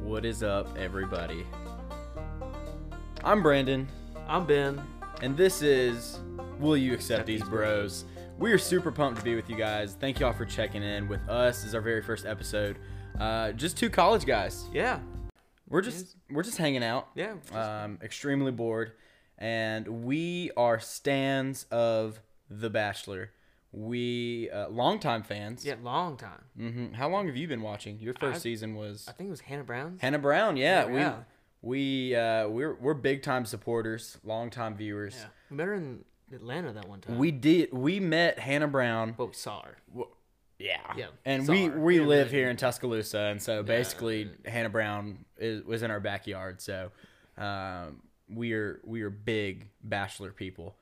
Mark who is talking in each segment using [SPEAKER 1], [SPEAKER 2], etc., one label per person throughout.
[SPEAKER 1] What is up, everybody? I'm Brandon,
[SPEAKER 2] I'm Ben.
[SPEAKER 1] and this is Will You Accept These Bros? We are super pumped to be with you guys. Thank y'all for checking in with us. This is our very first episode. Uh, just two college guys.
[SPEAKER 2] Yeah,
[SPEAKER 1] We're just we're just hanging out.
[SPEAKER 2] yeah.
[SPEAKER 1] Um, extremely bored, and we are stands of The Bachelor. We uh, longtime fans.
[SPEAKER 2] yeah, long time.
[SPEAKER 1] hmm How long have you been watching? Your 1st
[SPEAKER 2] I've-
[SPEAKER 1] season was
[SPEAKER 2] I think it was Hannah Brown's.
[SPEAKER 1] Hannah Brown, yeah,
[SPEAKER 2] Hannah Brown.
[SPEAKER 1] we we uh, we're we're big time supporters, long time viewers.
[SPEAKER 2] yeah, we met her in Atlanta that one time.
[SPEAKER 1] We did we met Hannah Brown,
[SPEAKER 2] well, we saw her.
[SPEAKER 1] yeah,
[SPEAKER 2] Yeah,
[SPEAKER 1] and
[SPEAKER 2] saw
[SPEAKER 1] we
[SPEAKER 2] her.
[SPEAKER 1] we
[SPEAKER 2] Yeah,
[SPEAKER 1] live
[SPEAKER 2] really.
[SPEAKER 1] here in Tuscaloosa, and so basically Hannah Brown is, was in our backyard, so um, we are we are big Bachelor people.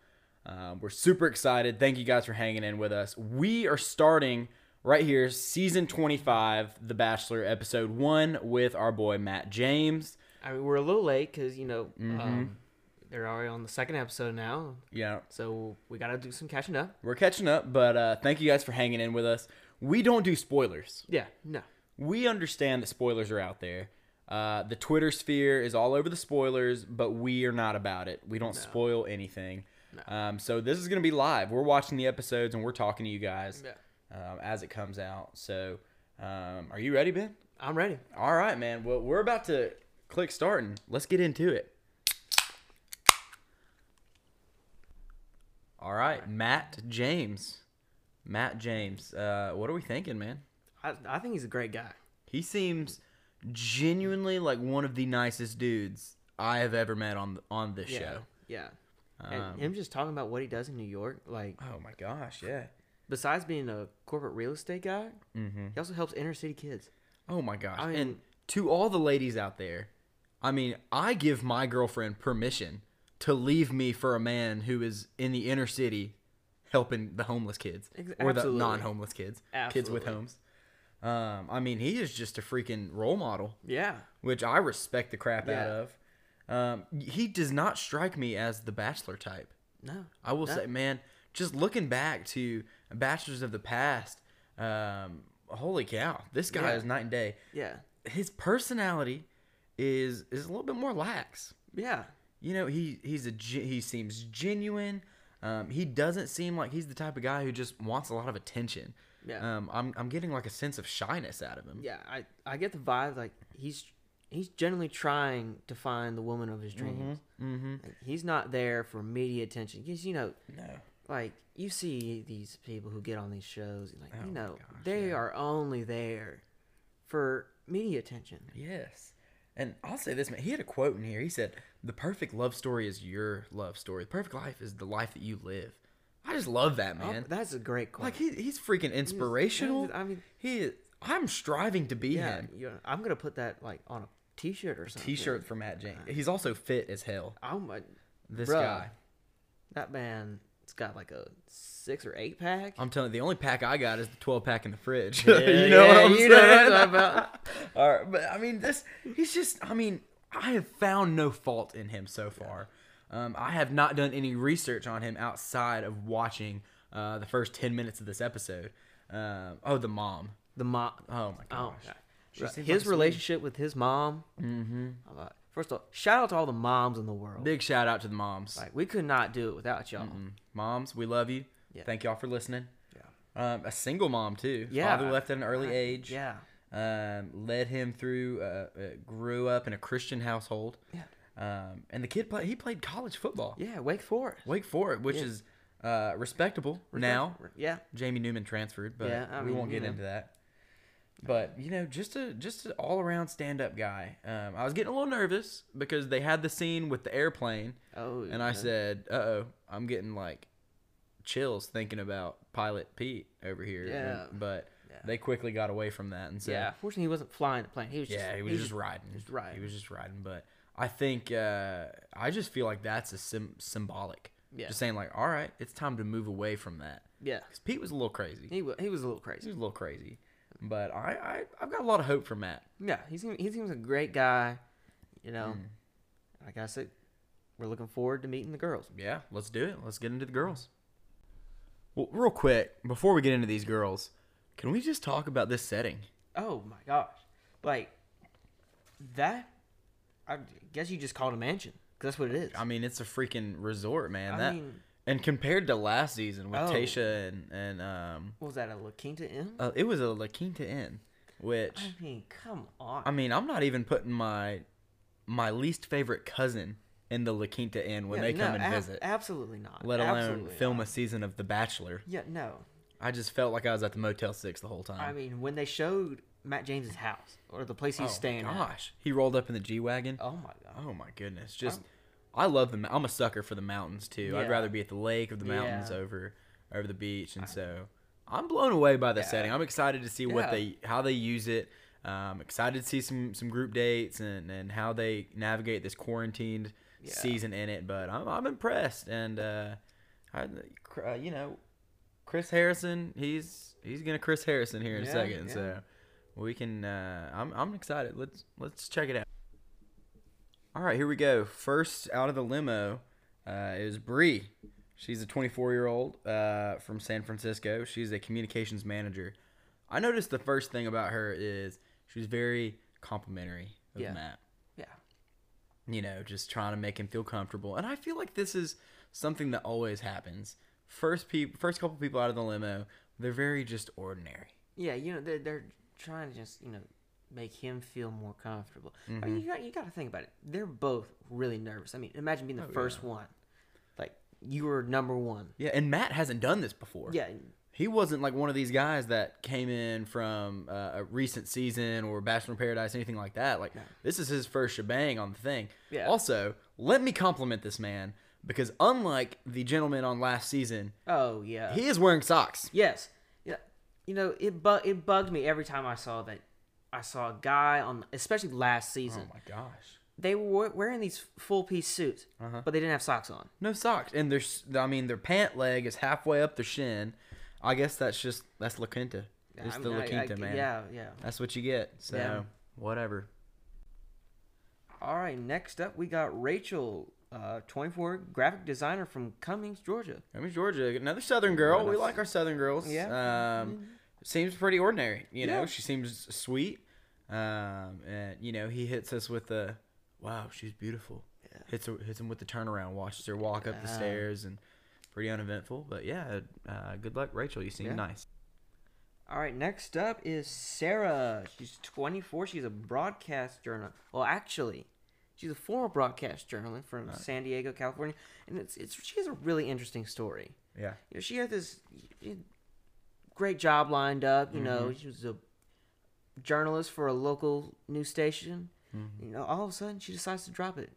[SPEAKER 1] Um, we're super excited. Thank you guys for hanging in with us. We are starting right here, season twenty five, The Bachelor, episode one, with our boy Matt James.
[SPEAKER 2] I mean, we're a little late because you know
[SPEAKER 1] Mm-hmm.
[SPEAKER 2] um, they're already on the second episode now,
[SPEAKER 1] Yeah,
[SPEAKER 2] so we gotta do some catching up.
[SPEAKER 1] We're catching up, but uh, thank you guys for hanging in with us. We don't do spoilers.
[SPEAKER 2] Yeah, no,
[SPEAKER 1] We understand that spoilers are out there. Uh, the Twitter sphere is all over the spoilers, but we are not about it. We don't spoil anything. Um, so this is going to be live. We're watching the episodes and we're talking to you guys
[SPEAKER 2] Yeah.
[SPEAKER 1] um, as it comes out. So um, are you ready, Ben?
[SPEAKER 2] I'm ready.
[SPEAKER 1] All right, man. Well, we're about to click start and let's get into it. All right, Matt James. Matt James. Uh, what are we thinking, man?
[SPEAKER 2] I, I think he's a great guy.
[SPEAKER 1] He seems genuinely like one of the nicest dudes I have ever met on on this
[SPEAKER 2] Yeah,
[SPEAKER 1] show. Um,
[SPEAKER 2] yeah. and him just talking about what he does in New York, like
[SPEAKER 1] Oh my gosh, yeah.
[SPEAKER 2] besides being a corporate real estate guy,
[SPEAKER 1] Mm-hmm.
[SPEAKER 2] he also helps inner city kids.
[SPEAKER 1] Oh my gosh.
[SPEAKER 2] I
[SPEAKER 1] and
[SPEAKER 2] mean-
[SPEAKER 1] to all the ladies out there, I mean, I give my girlfriend permission to leave me for a man who is in the inner city helping the homeless kids
[SPEAKER 2] Ex-
[SPEAKER 1] or the
[SPEAKER 2] absolutely.
[SPEAKER 1] non-homeless kids, kids with
[SPEAKER 2] Absolutely.
[SPEAKER 1] homes. Um, I mean, he is just a freaking role model,
[SPEAKER 2] Yeah,
[SPEAKER 1] which I respect the crap out
[SPEAKER 2] Yeah.
[SPEAKER 1] of. Um, he does not strike me as the bachelor type.
[SPEAKER 2] no,
[SPEAKER 1] I will
[SPEAKER 2] That-
[SPEAKER 1] say, man, just looking back to bachelors of the past, um, holy cow, this guy
[SPEAKER 2] Yeah.
[SPEAKER 1] is night and day
[SPEAKER 2] yeah,
[SPEAKER 1] his personality is is a little bit more lax.
[SPEAKER 2] yeah.
[SPEAKER 1] You know, he he's a ge- he seems genuine. Um, he doesn't seem like he's the type of guy who just wants a lot of attention.
[SPEAKER 2] Yeah.
[SPEAKER 1] Um, I'm I'm getting like a sense of shyness out of him.
[SPEAKER 2] yeah i i get the vibe like he's he's generally trying to find the woman of his dreams
[SPEAKER 1] Mm-hmm.
[SPEAKER 2] Like, he's not there for media attention because you know
[SPEAKER 1] No.
[SPEAKER 2] like you see these people who get on these shows and like
[SPEAKER 1] Oh
[SPEAKER 2] you
[SPEAKER 1] my
[SPEAKER 2] know
[SPEAKER 1] gosh,
[SPEAKER 2] they are only there for media attention
[SPEAKER 1] Yes. And I'll say this, man. He had a quote in here. He said, "The perfect love story is your love story. The perfect life is the life that you live." I just love that
[SPEAKER 2] Oh,
[SPEAKER 1] man.
[SPEAKER 2] that's a great quote
[SPEAKER 1] like he, he's freaking inspirational.
[SPEAKER 2] I mean-
[SPEAKER 1] he. Is, I'm striving to be
[SPEAKER 2] yeah
[SPEAKER 1] him.
[SPEAKER 2] you know, i'm gonna put that like on a t-shirt or something
[SPEAKER 1] T-shirt for Matt James. He's also fit as hell.
[SPEAKER 2] i'm a,
[SPEAKER 1] This
[SPEAKER 2] Bruh.
[SPEAKER 1] guy.
[SPEAKER 2] that man it's got like a six or eight pack
[SPEAKER 1] I'm telling you, the only pack I got is the 12 pack in the fridge.
[SPEAKER 2] Yeah, yeah, you know what I'm talking about.
[SPEAKER 1] All right, but I mean, this. He's just. I mean, I have found no fault in him so far. Um, I have not done any research on him outside of watching uh, the first 10 minutes of this episode. Um, oh, the mom.
[SPEAKER 2] the mom
[SPEAKER 1] Oh my
[SPEAKER 2] Oh,
[SPEAKER 1] gosh.
[SPEAKER 2] God.
[SPEAKER 1] She
[SPEAKER 2] Right.
[SPEAKER 1] seems like a
[SPEAKER 2] his
[SPEAKER 1] sweetie.
[SPEAKER 2] relationship with his mom. Mm-hmm. first of all, shout out to all the moms in the world.
[SPEAKER 1] Big shout out to the moms.
[SPEAKER 2] Like we could not do it without y'all.
[SPEAKER 1] Moms, we love you.
[SPEAKER 2] Yeah.
[SPEAKER 1] Thank y'all for listening. Um, a single mom too.
[SPEAKER 2] Yeah.
[SPEAKER 1] Father left at an early
[SPEAKER 2] Right.
[SPEAKER 1] age.
[SPEAKER 2] Yeah.
[SPEAKER 1] um, led him through, uh, uh, grew up in a Christian household.
[SPEAKER 2] Yeah.
[SPEAKER 1] Um, and the kid play, he played college football,
[SPEAKER 2] Yeah. Wake Forest.
[SPEAKER 1] Wake Forest, which
[SPEAKER 2] Yeah.
[SPEAKER 1] is uh, respectable now.
[SPEAKER 2] Yeah.
[SPEAKER 1] Jamie Newman transferred, but
[SPEAKER 2] Yeah, I
[SPEAKER 1] we
[SPEAKER 2] mean,
[SPEAKER 1] won't
[SPEAKER 2] you
[SPEAKER 1] get
[SPEAKER 2] know.
[SPEAKER 1] into that. But you know, just a just an all around stand up guy. Um, I was getting a little nervous because they had the scene with the airplane,
[SPEAKER 2] Oh.
[SPEAKER 1] and I said, "Uh oh, I'm getting like chills thinking about Pilot Pete over here."
[SPEAKER 2] Yeah.
[SPEAKER 1] And- but
[SPEAKER 2] Yeah.
[SPEAKER 1] they quickly got away from that and said,
[SPEAKER 2] Yeah. Fortunately, he wasn't flying the plane. He was just.
[SPEAKER 1] yeah, he was just riding.
[SPEAKER 2] just riding.
[SPEAKER 1] He was just riding. But I think uh, I just feel like that's a sim- symbolic.
[SPEAKER 2] Yeah.
[SPEAKER 1] Just saying like, all right, it's time to move away from that.
[SPEAKER 2] Yeah.
[SPEAKER 1] Because Pete was a little crazy.
[SPEAKER 2] He was. He was a little
[SPEAKER 1] He
[SPEAKER 2] crazy.
[SPEAKER 1] was a little crazy. But I, I I've got a lot of hope for Matt.
[SPEAKER 2] Yeah. He seems. He seems a great guy. You
[SPEAKER 1] Mm.
[SPEAKER 2] know. Like I said, we're looking forward to meeting the girls.
[SPEAKER 1] Yeah, let's do it. Let's get into the girls. Well, real quick before we get into these girls, can we just talk about this setting?
[SPEAKER 2] Oh my gosh. Like. That, I guess you just called a mansion. 'cause that's what it is.
[SPEAKER 1] I mean, it's a freaking resort, man.
[SPEAKER 2] I
[SPEAKER 1] that
[SPEAKER 2] mean-
[SPEAKER 1] and compared to last season with
[SPEAKER 2] Oh.
[SPEAKER 1] Tasha and and um,
[SPEAKER 2] what was that a La Quinta Inn?
[SPEAKER 1] uh, it was a La Quinta Inn, which
[SPEAKER 2] I mean, come on.
[SPEAKER 1] I mean, I'm not even putting my my least favorite cousin in the La Quinta Inn when
[SPEAKER 2] Yeah,
[SPEAKER 1] they come
[SPEAKER 2] no,
[SPEAKER 1] and
[SPEAKER 2] ab-
[SPEAKER 1] visit,
[SPEAKER 2] Absolutely not.
[SPEAKER 1] let alone
[SPEAKER 2] Absolutely
[SPEAKER 1] film a
[SPEAKER 2] not.
[SPEAKER 1] season of The Bachelor.
[SPEAKER 2] Yeah, no.
[SPEAKER 1] I just felt like I was at the Motel Six the whole time.
[SPEAKER 2] I mean, when they showed Matt James's house or the place he's
[SPEAKER 1] Oh,
[SPEAKER 2] staying at.
[SPEAKER 1] Gosh, he rolled up in the G wagon.
[SPEAKER 2] Oh my god.
[SPEAKER 1] Oh my goodness! Just, i love the. mou- I'm a sucker for the mountains too.
[SPEAKER 2] Yeah.
[SPEAKER 1] I'd rather be at the lake or the mountains
[SPEAKER 2] Yeah.
[SPEAKER 1] over over the beach, and so I'm blown away by the
[SPEAKER 2] Yeah.
[SPEAKER 1] setting. I'm excited to see what
[SPEAKER 2] Yeah.
[SPEAKER 1] they how they use it. Um, excited to see some some group dates and and how they navigate this quarantined
[SPEAKER 2] Yeah.
[SPEAKER 1] season in it. But I'm I'm impressed, and uh, I, cr- uh, you know, Chris Harrison, he's he's gonna Chris Harrison here in a
[SPEAKER 2] Yeah,
[SPEAKER 1] second,
[SPEAKER 2] yeah.
[SPEAKER 1] so we can. Uh, I'm I'm excited. Let's let's check it out. All right, here we go. First out of the limo uh, is Bree. She's a 24 year old uh, from San Francisco. She's a communications manager. I noticed the first thing about her is she's very complimentary of
[SPEAKER 2] Yeah.
[SPEAKER 1] Matt
[SPEAKER 2] Yeah.
[SPEAKER 1] you know, just trying to make him feel comfortable. And I feel like this is something that always happens. First people, first couple people out of the limo, they're very just ordinary.
[SPEAKER 2] Yeah, you know, they're, they're trying to just, you know, make him feel more comfortable. I
[SPEAKER 1] Mm-hmm.
[SPEAKER 2] mean, you got, you got to think about it. They're both really nervous. I mean, imagine being the
[SPEAKER 1] Oh,
[SPEAKER 2] first one. Like, you were number one.
[SPEAKER 1] Yeah, and Matt hasn't done this before.
[SPEAKER 2] Yeah.
[SPEAKER 1] he wasn't like one of these guys that came in from uh, a recent season or Bachelor in Paradise, anything like that. Like this is his first shebang on the thing.
[SPEAKER 2] Yeah.
[SPEAKER 1] Also, let me compliment this man because unlike the gentleman on last season,
[SPEAKER 2] Oh, yeah.
[SPEAKER 1] he is wearing socks.
[SPEAKER 2] Yes. Yeah. You know, it bu- it bugged me every time I saw that. I saw a guy on, especially last season.
[SPEAKER 1] my gosh.
[SPEAKER 2] They were wearing these full piece suits,
[SPEAKER 1] Uh-huh.
[SPEAKER 2] but they didn't have socks on.
[SPEAKER 1] No socks, and their s- I mean their pant leg is halfway up their shin. I guess that's just that's La Quinta. It's
[SPEAKER 2] I
[SPEAKER 1] the
[SPEAKER 2] mean,
[SPEAKER 1] La
[SPEAKER 2] I- I-
[SPEAKER 1] Quinta, man.
[SPEAKER 2] Yeah, yeah.
[SPEAKER 1] That's what you get. So
[SPEAKER 2] Yeah.
[SPEAKER 1] whatever.
[SPEAKER 2] All right. Next up, we got Rachel, uh, 24, graphic designer from Cummings, Georgia.
[SPEAKER 1] I mean Georgia, another Southern girl. We like our Southern girls.
[SPEAKER 2] Yeah. Mm-hmm.
[SPEAKER 1] Um, seems pretty ordinary. You know,
[SPEAKER 2] Yeah.
[SPEAKER 1] she seems sweet. Um, and you know he hits us with the, wow, she's beautiful. Hits her, hits him with the turnaround. Watches her walk up the
[SPEAKER 2] Yeah.
[SPEAKER 1] stairs and pretty uneventful. But yeah, uh, good luck, Rachel. You seem
[SPEAKER 2] Yeah.
[SPEAKER 1] nice.
[SPEAKER 2] All right. Next up is Sarah. She's 24. She's a broadcast journalist. Well, actually, she's a former broadcast journalist from San Diego, California, and it's it's she has a really interesting story.
[SPEAKER 1] Yeah.
[SPEAKER 2] you know, she had this y- great job lined up. You know,
[SPEAKER 1] Mm-hmm.
[SPEAKER 2] she was a journalist for a local news station.
[SPEAKER 1] Mm-hmm.
[SPEAKER 2] You know, all of a sudden she decides to drop it.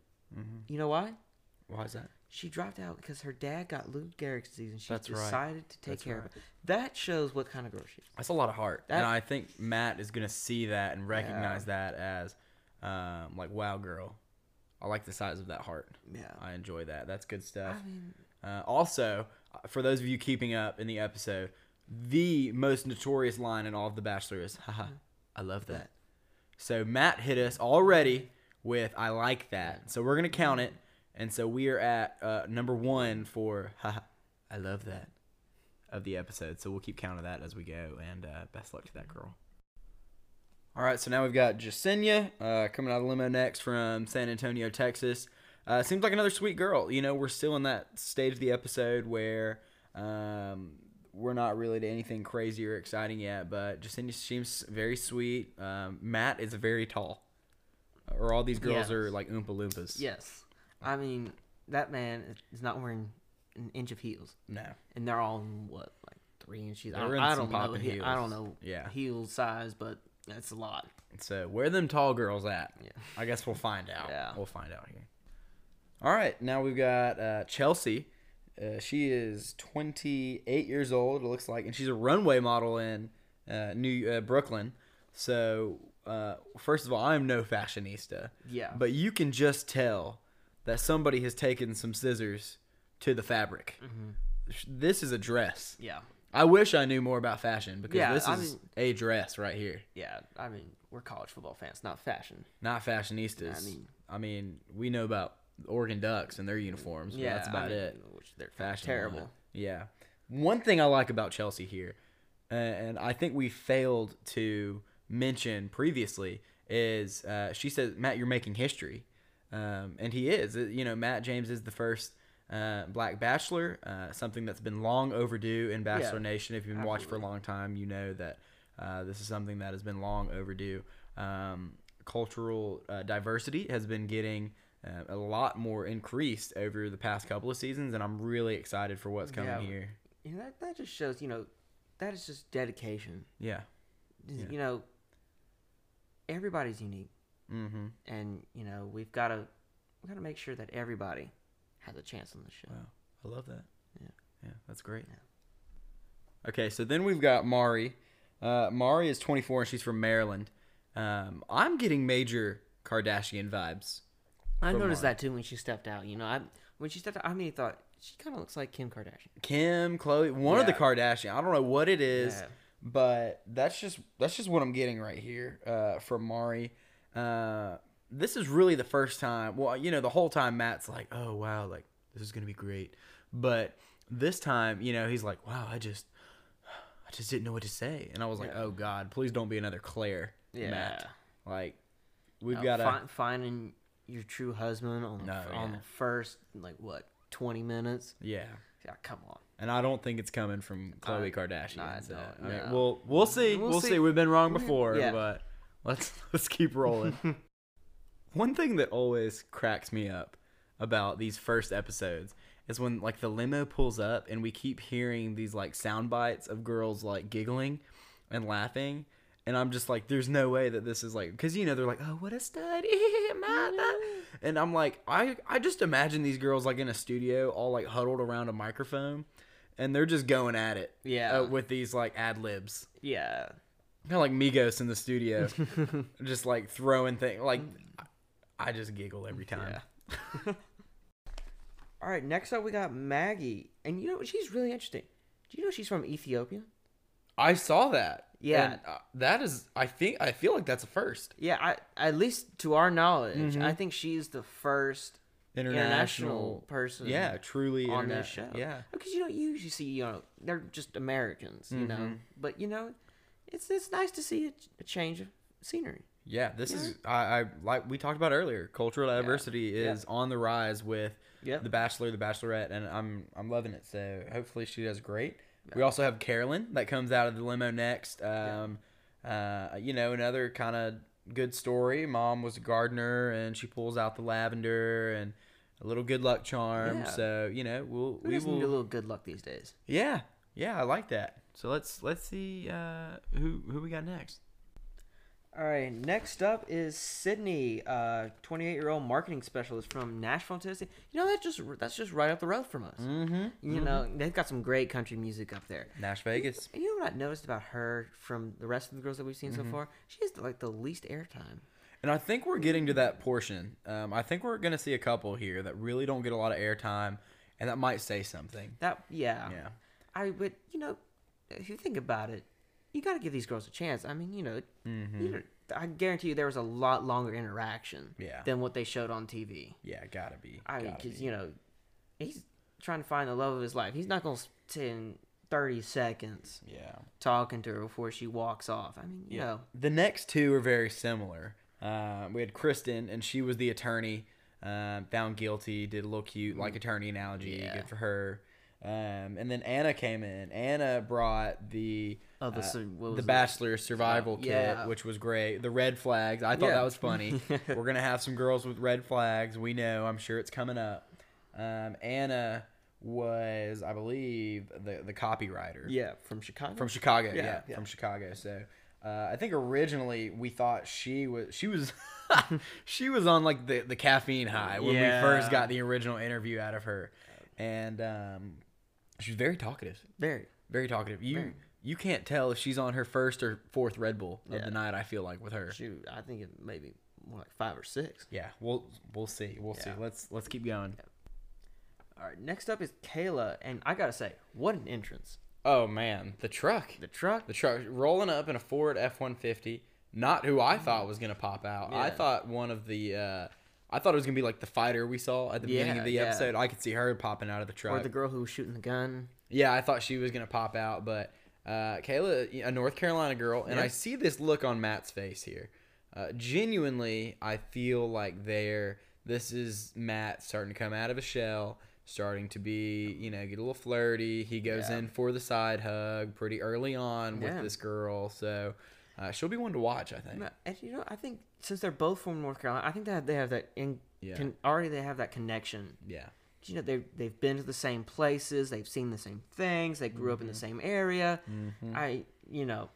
[SPEAKER 2] You know why?
[SPEAKER 1] Why is that?
[SPEAKER 2] She dropped out because her dad got Lou Gehrig's disease, and she
[SPEAKER 1] That's right.
[SPEAKER 2] decided to take
[SPEAKER 1] That's
[SPEAKER 2] care of it. That shows what kind of girl she is.
[SPEAKER 1] That's a lot of heart, and
[SPEAKER 2] That-
[SPEAKER 1] I think Matt is gonna see that and recognize that as, um, like, wow, girl, I like the size of that heart.
[SPEAKER 2] Yeah.
[SPEAKER 1] I enjoy that. That's good stuff.
[SPEAKER 2] I mean,
[SPEAKER 1] Uh, also, uh, for those of you keeping up in the episode, the most notorious line in all of The Bachelor is, haha, I love that. So Matt hit us already with, I like that. So we're going to count it. And so we are at uh, number one for, haha, I love that of the episode. So we'll keep count of that as we go. And uh, best luck to that girl. All right, so now we've got Jasenia uh, coming out of the limo next from San Antonio, Texas. Uh, seems like another sweet girl. You know, we're still in that stage of the episode where um, we're not really to anything crazy or exciting yet, but Jasenia seems very sweet. Um, Matt is very tall. Or all these girls
[SPEAKER 2] Yes.
[SPEAKER 1] are like Oompa Loompas.
[SPEAKER 2] yes. I mean, that man is not wearing an inch of heels,
[SPEAKER 1] No.
[SPEAKER 2] and they're all in what, like three inches. I,
[SPEAKER 1] They're in
[SPEAKER 2] I
[SPEAKER 1] some
[SPEAKER 2] don't know.
[SPEAKER 1] poppin'
[SPEAKER 2] he-
[SPEAKER 1] heels.
[SPEAKER 2] I don't know.
[SPEAKER 1] Yeah.
[SPEAKER 2] Heel size, but that's a lot.
[SPEAKER 1] So where them tall girls at?
[SPEAKER 2] Yeah.
[SPEAKER 1] I guess we'll find out.
[SPEAKER 2] Yeah.
[SPEAKER 1] We'll find out here. All right, now we've got uh, Chelsea. Uh, she is 28 years old. It looks like, and she's a runway model in uh, New uh, Brooklyn. So uh, first of all, I'm no fashionista.
[SPEAKER 2] Yeah.
[SPEAKER 1] But you can just tell that somebody has taken some scissors to the fabric.
[SPEAKER 2] Mm-hmm.
[SPEAKER 1] This is a dress.
[SPEAKER 2] Yeah.
[SPEAKER 1] I wish I knew more about fashion because
[SPEAKER 2] Yeah,
[SPEAKER 1] this
[SPEAKER 2] I
[SPEAKER 1] is
[SPEAKER 2] mean-
[SPEAKER 1] a dress right here.
[SPEAKER 2] Yeah, I mean, we're college football fans, not fashion.
[SPEAKER 1] not fashionistas. I
[SPEAKER 2] I
[SPEAKER 1] mean,
[SPEAKER 2] mean-
[SPEAKER 1] we know about Oregon Ducks and their uniforms. Yeah,
[SPEAKER 2] yeah,
[SPEAKER 1] that's about it.
[SPEAKER 2] Which they're
[SPEAKER 1] Fashion
[SPEAKER 2] terrible.
[SPEAKER 1] line. Yeah. One thing I like about Chelsea here, a- and I think we failed to mention previously, is uh, she says, Matt, you're making history. Um, and he is. Uh, You know, Matt James is the first uh, black bachelor, uh, something that's been long overdue in Bachelor
[SPEAKER 2] Yeah,
[SPEAKER 1] Nation. If you've been watching for a long time, you know that uh, this is something that has been long overdue. Um, cultural uh, diversity has been getting uh, a lot more increased over the past couple of seasons, and I'm really excited for what's coming
[SPEAKER 2] Yeah.
[SPEAKER 1] here.
[SPEAKER 2] You know, that, that just shows, you know, that is just dedication.
[SPEAKER 1] Yeah.
[SPEAKER 2] Just,
[SPEAKER 1] Yeah.
[SPEAKER 2] You know, everybody's unique,
[SPEAKER 1] Mm-hmm.
[SPEAKER 2] and you know we've got to we got to make sure that everybody has a chance on the show.
[SPEAKER 1] Wow. I love that.
[SPEAKER 2] Yeah.
[SPEAKER 1] Yeah, that's great. Okay, so then we've got Mari. Uh, Mari is 24 and she's from Maryland. Um, I'm getting major Kardashian vibes.
[SPEAKER 2] I
[SPEAKER 1] From
[SPEAKER 2] noticed that too when she stepped out. You know, I when she stepped out, I mean, thought she kind of looks like Kim Kardashian.
[SPEAKER 1] Kim, Chloe, one of the
[SPEAKER 2] Yeah.
[SPEAKER 1] Kardashian. I don't know what it is,
[SPEAKER 2] Yeah.
[SPEAKER 1] but that's just that's just what I'm getting right here uh, from Mari. Uh, this is really the first time. Well, you know, the whole time Matt's like, "Oh wow, like this is gonna be great," but this time, you know, he's like, "Wow, I just." I just didn't know what to say, and I was like, "Oh God, please don't be another Claire, Matt." Like, we've
[SPEAKER 2] Uh,
[SPEAKER 1] got to
[SPEAKER 2] fin- finding your true husband on the,
[SPEAKER 1] No,
[SPEAKER 2] f- on
[SPEAKER 1] yeah.
[SPEAKER 2] the first like what twenty minutes.
[SPEAKER 1] yeah,
[SPEAKER 2] Yeah, come on.
[SPEAKER 1] and I don't think it's coming from Khloe Kardashian.
[SPEAKER 2] I
[SPEAKER 1] so,
[SPEAKER 2] don't
[SPEAKER 1] I mean,
[SPEAKER 2] know.
[SPEAKER 1] we'll we'll see. We'll,
[SPEAKER 2] We'll
[SPEAKER 1] see.
[SPEAKER 2] see.
[SPEAKER 1] We've been wrong before,
[SPEAKER 2] yeah.
[SPEAKER 1] but let's let's keep rolling. One thing that always cracks me up about these first episodes is when like the limo pulls up and we keep hearing these like sound bites of girls like giggling and laughing. And I'm just like, there's no way that this is like, because you know they're like, oh, what a stud, Mama." and I'm like, I I just imagine these girls like in a studio, all like huddled around a microphone, and they're just going at it,
[SPEAKER 2] Yeah.
[SPEAKER 1] uh, with these like ad libs,
[SPEAKER 2] Yeah,
[SPEAKER 1] kind of like Migos in the studio, just like throwing things. Like, I just giggle every time.
[SPEAKER 2] All right, next up we got Maggie, and you know what? she's really interesting. Do you know she's from Ethiopia?
[SPEAKER 1] I saw that.
[SPEAKER 2] Yeah.
[SPEAKER 1] and, uh, that is. I think I feel like that's a first
[SPEAKER 2] Yeah, I, at least to our knowledge, I think she's the first Mm-hmm. international, person.
[SPEAKER 1] Yeah, truly
[SPEAKER 2] on
[SPEAKER 1] interna-
[SPEAKER 2] this show.
[SPEAKER 1] Yeah,
[SPEAKER 2] because you don't usually see you know they're just Americans, you know. But you know, it's it's nice to see a, a change of scenery.
[SPEAKER 1] yeah. This is I, I like we talked about earlier. Cultural diversity
[SPEAKER 2] Yeah.
[SPEAKER 1] is on the rise with
[SPEAKER 2] Yep.
[SPEAKER 1] the Bachelor, the Bachelorette, and I'm I'm loving it. So hopefully she does great. We also have Carolyn that comes out of the limo next. Um, uh, you know, another kind of good story. Mom was a gardener, and she pulls out the lavender and a little good luck charm.
[SPEAKER 2] Yeah.
[SPEAKER 1] So you know, we'll
[SPEAKER 2] We
[SPEAKER 1] we
[SPEAKER 2] just need a
[SPEAKER 1] will.
[SPEAKER 2] little good luck these days.
[SPEAKER 1] Yeah, yeah, I like that. So let's let's see uh, who who we got next.
[SPEAKER 2] All right, next up is Sydney, uh, 28-year-old marketing specialist from Nashville, Tennessee. You know that's just that's just right up the road from us.
[SPEAKER 1] Mm-hmm.
[SPEAKER 2] You know they've got some great country music up there.
[SPEAKER 1] Nash Vegas.
[SPEAKER 2] And you know what I noticed about her from the rest of the girls that we've seen
[SPEAKER 1] Mm-hmm.
[SPEAKER 2] so far? She has like the least airtime.
[SPEAKER 1] And I think we're getting to that portion. Um, I think we're going to see a couple here that really don't get a lot of airtime, and that might say something.
[SPEAKER 2] That yeah.
[SPEAKER 1] Yeah.
[SPEAKER 2] I would, you know, if you think about it, you got to give these girls a chance. I mean, you know,
[SPEAKER 1] Mm-hmm.
[SPEAKER 2] you know, I guarantee you there was a lot longer interaction
[SPEAKER 1] Yeah.
[SPEAKER 2] than what they showed on TV.
[SPEAKER 1] Yeah, gotta be.
[SPEAKER 2] I
[SPEAKER 1] gotta
[SPEAKER 2] because
[SPEAKER 1] be.
[SPEAKER 2] you know, he's trying to find the love of his life. He's not gonna spend thirty seconds
[SPEAKER 1] Yeah.
[SPEAKER 2] talking to her before she walks off. I mean, you know,
[SPEAKER 1] The next two are very similar. Uh, we had Kristen, and she was the attorney, uh, found guilty, did a little cute, like attorney analogy.
[SPEAKER 2] Mm. Yeah.
[SPEAKER 1] Good for her. Um, and then Anna came in. Anna brought the
[SPEAKER 2] Oh, the
[SPEAKER 1] uh,
[SPEAKER 2] sur- what
[SPEAKER 1] the
[SPEAKER 2] was it?
[SPEAKER 1] Bachelor survival kit,
[SPEAKER 2] Yeah.
[SPEAKER 1] which was great. The red flags. I thought
[SPEAKER 2] Yeah.
[SPEAKER 1] that was funny. We're gonna have some girls with red flags. We know. I'm sure it's coming up. Um, Anna was, I believe, the the copywriter.
[SPEAKER 2] yeah, from Chicago.
[SPEAKER 1] From Chicago, yeah,
[SPEAKER 2] Yeah, yeah.
[SPEAKER 1] from Chicago. So uh, I think originally we thought she was she was she was on like the the caffeine high when
[SPEAKER 2] Yeah.
[SPEAKER 1] we first got the original interview out of her, and um, she was very talkative,
[SPEAKER 2] very.
[SPEAKER 1] very talkative. You you can't tell if she's on her first or fourth Red Bull of the night. I feel like with her.
[SPEAKER 2] Shoot, I think it maybe more like five or six.
[SPEAKER 1] Yeah, we'll we'll see, we'll see.
[SPEAKER 2] Yeah.
[SPEAKER 1] Let's let's keep going.
[SPEAKER 2] All right, next up is Kayla, and I gotta say, what an entrance!
[SPEAKER 1] Oh man, the truck.
[SPEAKER 2] The truck,
[SPEAKER 1] The truck rolling up in a Ford F one fifty. Not who I thought was gonna pop out. I
[SPEAKER 2] Yeah.
[SPEAKER 1] thought one of the. Uh, I thought it was gonna be like the fighter we saw at the beginning
[SPEAKER 2] Yeah,
[SPEAKER 1] of the
[SPEAKER 2] yeah.
[SPEAKER 1] episode. I could see her popping out of the
[SPEAKER 2] or
[SPEAKER 1] truck.
[SPEAKER 2] the girl who was shooting the gun.
[SPEAKER 1] yeah, I thought she was gonna pop out, but uh, Kayla, a North Carolina girl, and
[SPEAKER 2] Yeah.
[SPEAKER 1] I see this look on Matt's face here. Uh, genuinely, I feel like there. This is Matt starting to come out of a shell, starting to be you know get a little flirty. He goes
[SPEAKER 2] Yeah.
[SPEAKER 1] in for the side hug pretty early on
[SPEAKER 2] Yeah.
[SPEAKER 1] with this girl, so uh, she'll be one to watch. I think.
[SPEAKER 2] No, and you know, I think since they're both from North Carolina, I think that they have that in
[SPEAKER 1] Yeah.
[SPEAKER 2] can, already they have that connection.
[SPEAKER 1] Yeah.
[SPEAKER 2] You know, they they've been to the same places, they've seen the same things, they grew up in the same area. I you know,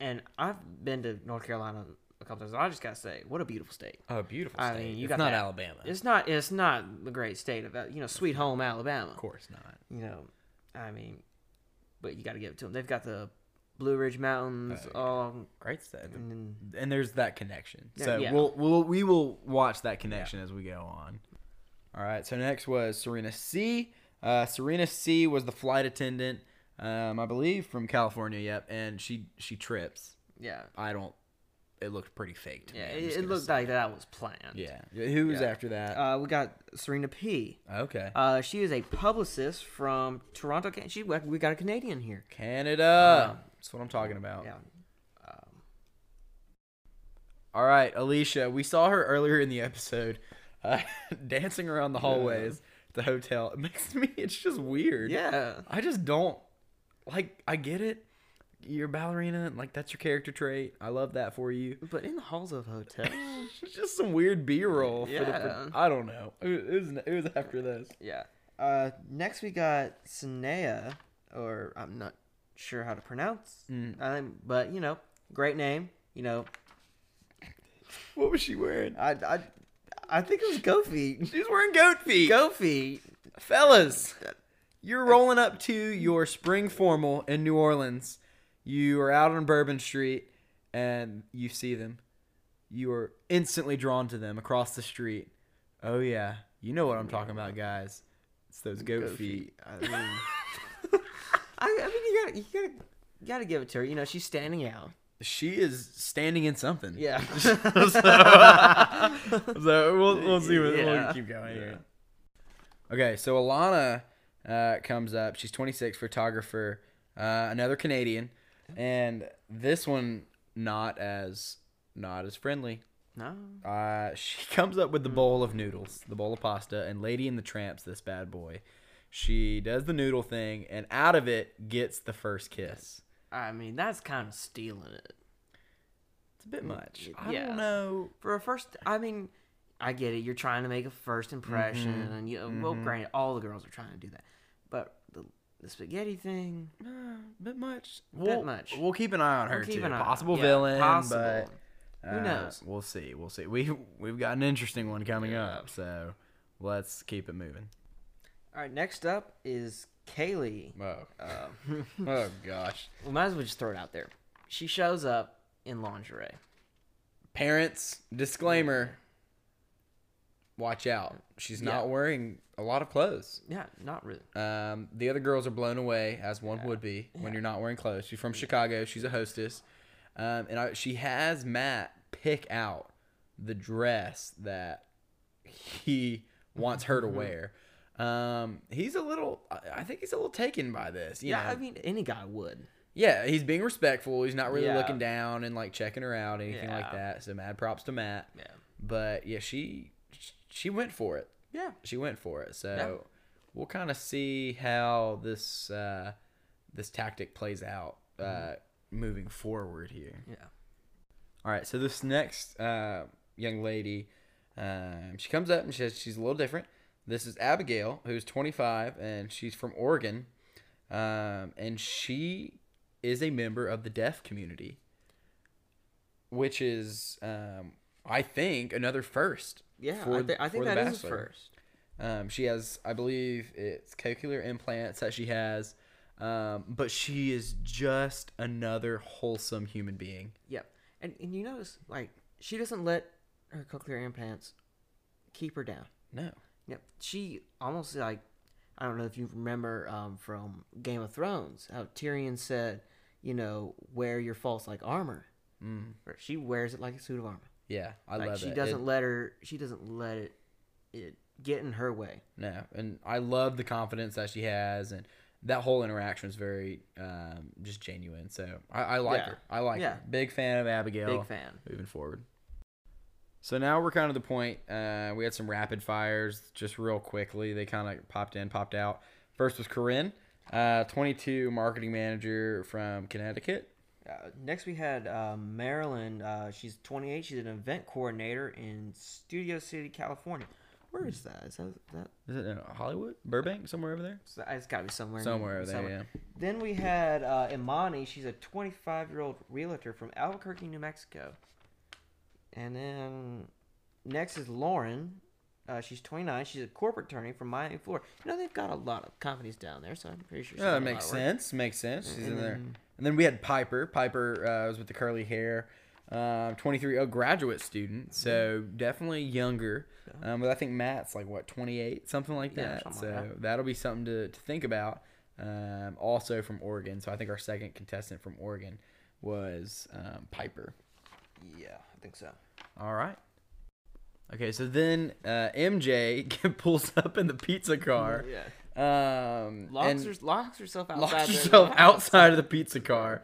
[SPEAKER 2] and I've been to North Carolina a couple times. I just gotta say, what a beautiful state.
[SPEAKER 1] Oh, beautiful state.
[SPEAKER 2] I mean, you
[SPEAKER 1] it's
[SPEAKER 2] got
[SPEAKER 1] not
[SPEAKER 2] that-
[SPEAKER 1] Alabama.
[SPEAKER 2] It's not it's not the great state of uh, you know, sweet home Alabama.
[SPEAKER 1] of course not.
[SPEAKER 2] You know, I mean, but you got to give it to them. They've got the Blue Ridge Mountains,
[SPEAKER 1] Oh, yeah.
[SPEAKER 2] all
[SPEAKER 1] Great state.
[SPEAKER 2] and then
[SPEAKER 1] And there's that connection.
[SPEAKER 2] Yeah,
[SPEAKER 1] so
[SPEAKER 2] yeah.
[SPEAKER 1] we'll we'll we will watch that connection as we go on. All right. So next was Serena C. Uh, Serena C. was the flight attendant, um, I believe, from California. Yep. And she she trips.
[SPEAKER 2] yeah,
[SPEAKER 1] I don't. It looked pretty fake to
[SPEAKER 2] yeah.
[SPEAKER 1] me. I'm just
[SPEAKER 2] It, it
[SPEAKER 1] gonna
[SPEAKER 2] looked
[SPEAKER 1] say-
[SPEAKER 2] like that was planned.
[SPEAKER 1] Yeah. Who was
[SPEAKER 2] Yeah.
[SPEAKER 1] after that?
[SPEAKER 2] Uh, we got Serena P.
[SPEAKER 1] okay.
[SPEAKER 2] Uh, she is a publicist from Toronto. Can- She we got a Canadian here.
[SPEAKER 1] Canada. That's what I'm talking about.
[SPEAKER 2] uh, Yeah,
[SPEAKER 1] All right, Alicia. We saw her earlier in the episode, uh, dancing around the hallways, at the hotel. It makes me. It's just weird.
[SPEAKER 2] yeah.
[SPEAKER 1] I just don't like. I get it. You're a ballerina. Like that's your character trait. I love that for you.
[SPEAKER 2] But in the halls of hotels.
[SPEAKER 1] It's just some weird B-roll. For
[SPEAKER 2] Yeah.
[SPEAKER 1] the, I don't know. It was, it was- it was after this.
[SPEAKER 2] yeah. Uh, next we got Sinea, or I'm not sure how to pronounce.
[SPEAKER 1] Mm.
[SPEAKER 2] Um, but you know, great name. You know,
[SPEAKER 1] What was she wearing?
[SPEAKER 2] I I, I think it was Go Feet.
[SPEAKER 1] She was wearing goat feet.
[SPEAKER 2] Go Feet.
[SPEAKER 1] Fellas, you're rolling up to your spring formal in New Orleans. You are out on Bourbon Street and you see them. You are instantly drawn to them across the street. Oh, yeah. You know what I'm talking about, guys. It's those goat,
[SPEAKER 2] Go
[SPEAKER 1] feet.
[SPEAKER 2] Feet. I mean, I, I mean, you gotta you gotta you gotta give it to her. You know, she's standing out.
[SPEAKER 1] She is standing in something.
[SPEAKER 2] Yeah.
[SPEAKER 1] So we'll, we'll see. What,
[SPEAKER 2] Yeah.
[SPEAKER 1] We'll keep going. here. Okay, so Alana uh, comes up. She's 26, photographer, uh, another Canadian, and this one not as not as friendly.
[SPEAKER 2] no.
[SPEAKER 1] Uh, she comes up with the bowl of noodles, the bowl of pasta, and Lady and the Tramps, this bad boy. She does the noodle thing, and out of it gets the first kiss.
[SPEAKER 2] I mean, that's kind of stealing it.
[SPEAKER 1] It's a bit much. I
[SPEAKER 2] Mm, Yeah.
[SPEAKER 1] don't know.
[SPEAKER 2] For a first, I mean, I get it. You're trying to make a first impression, and you know, well, granted, all the girls are trying to do that, but the, the spaghetti thing,
[SPEAKER 1] Uh, bit much.
[SPEAKER 2] Bit much.
[SPEAKER 1] We'll keep an eye on
[SPEAKER 2] We'll
[SPEAKER 1] her
[SPEAKER 2] keep
[SPEAKER 1] too.
[SPEAKER 2] an eye on-
[SPEAKER 1] Possible
[SPEAKER 2] yeah,
[SPEAKER 1] villain,
[SPEAKER 2] possible.
[SPEAKER 1] but
[SPEAKER 2] Who
[SPEAKER 1] uh,
[SPEAKER 2] knows?
[SPEAKER 1] We'll see. We'll see. We we've got an interesting one coming up, so let's keep it moving.
[SPEAKER 2] All right, next up is Kaylee.
[SPEAKER 1] Oh, oh gosh.
[SPEAKER 2] We might as well just throw it out there. She shows up in lingerie.
[SPEAKER 1] Parents, disclaimer. Watch out. She's not wearing a lot of clothes.
[SPEAKER 2] Yeah, not really.
[SPEAKER 1] Um, the other girls are blown away, as one would be when you're not wearing clothes. She's from Chicago. She's a hostess, um, and I, she has Matt pick out the dress that he wants her to
[SPEAKER 2] Mm-hmm.
[SPEAKER 1] wear. Um, he's a little. I I think he's a little taken by this. You
[SPEAKER 2] Yeah,
[SPEAKER 1] know?
[SPEAKER 2] I mean, any guy would.
[SPEAKER 1] yeah. He's being respectful. He's not really
[SPEAKER 2] Yeah.
[SPEAKER 1] looking down and like checking her out, anything like
[SPEAKER 2] Yeah.
[SPEAKER 1] that. So mad props to Matt.
[SPEAKER 2] Yeah.
[SPEAKER 1] But yeah, she she went for it
[SPEAKER 2] Yeah.
[SPEAKER 1] she went for it. So
[SPEAKER 2] Yeah.
[SPEAKER 1] we'll kind of see how this uh, this tactic plays out uh,
[SPEAKER 2] Mm-hmm.
[SPEAKER 1] moving forward here.
[SPEAKER 2] Yeah.
[SPEAKER 1] All right. So this next uh, young lady, um, she comes up and she says she's a little different. This is Abigail, who's 25, and she's from Oregon, um, and she is a member of the deaf community, which is, um, I think, another first.
[SPEAKER 2] Yeah.
[SPEAKER 1] for-
[SPEAKER 2] I, thi- I
[SPEAKER 1] for
[SPEAKER 2] think
[SPEAKER 1] The
[SPEAKER 2] that is a
[SPEAKER 1] Bachelor.
[SPEAKER 2] first.
[SPEAKER 1] Um, she has, I believe, it's cochlear implants that she has, um, but she is just another wholesome human being.
[SPEAKER 2] Yep. And and you notice like she doesn't let her cochlear implants keep her down.
[SPEAKER 1] No,
[SPEAKER 2] Yep. She almost like I don't know if you remember um, from Game of Thrones how Tyrion said, you know, wear your false like armor. Mm. She wears it like a suit of armor.
[SPEAKER 1] yeah, I
[SPEAKER 2] Like
[SPEAKER 1] love
[SPEAKER 2] she
[SPEAKER 1] it.
[SPEAKER 2] doesn't
[SPEAKER 1] It-
[SPEAKER 2] let her. She doesn't let it. It get in her way.
[SPEAKER 1] no, and I love the confidence that she has, and that whole interaction is very um, just genuine. So I, I like
[SPEAKER 2] Yeah.
[SPEAKER 1] her. I like
[SPEAKER 2] Yeah.
[SPEAKER 1] her. Big fan of Abigail.
[SPEAKER 2] Big fan.
[SPEAKER 1] Moving forward. So now we're kind of the point. Uh, we had some rapid fires just real quickly. They kind of popped in, popped out. First was Corinne, uh, 22, marketing manager from Connecticut.
[SPEAKER 2] Uh, next, we had uh, Marilyn. Uh, she's 28. She's an event coordinator in Studio City, California. Where is that? Is that, that
[SPEAKER 1] Is it in Hollywood? Burbank? Somewhere over there?
[SPEAKER 2] so it's got to be somewhere. in-
[SPEAKER 1] Somewhere over there, yeah.
[SPEAKER 2] Then we had uh, Imani. She's a 25 year old realtor from Albuquerque, New Mexico. And then next is Lauren. Uh, she's 29. She's a corporate attorney from Miami, Florida. You know they've got a lot of companies down there, so I'm pretty sure. she's
[SPEAKER 1] Yeah,
[SPEAKER 2] got
[SPEAKER 1] that
[SPEAKER 2] a
[SPEAKER 1] makes
[SPEAKER 2] lot of work. Mm-hmm.
[SPEAKER 1] sense. Makes sense. She's in there. And then we had Piper. Piper uh, was with the curly hair. Um, 23, a graduate
[SPEAKER 2] Mm-hmm.
[SPEAKER 1] student, so definitely younger. Um, but I think Matt's like what 28, something like
[SPEAKER 2] Yeah,
[SPEAKER 1] that.
[SPEAKER 2] something
[SPEAKER 1] so
[SPEAKER 2] like
[SPEAKER 1] that'll be something to, to think about. Um, also from Oregon, so I think our second contestant from Oregon was um, Piper.
[SPEAKER 2] Yeah, I think so.
[SPEAKER 1] All right. Okay, so then uh, MJ pulls up in the pizza car.
[SPEAKER 2] Yeah.
[SPEAKER 1] Um,
[SPEAKER 2] Locks,
[SPEAKER 1] and-
[SPEAKER 2] her, locks herself outside.
[SPEAKER 1] locks
[SPEAKER 2] the-
[SPEAKER 1] herself outside of the pizza car.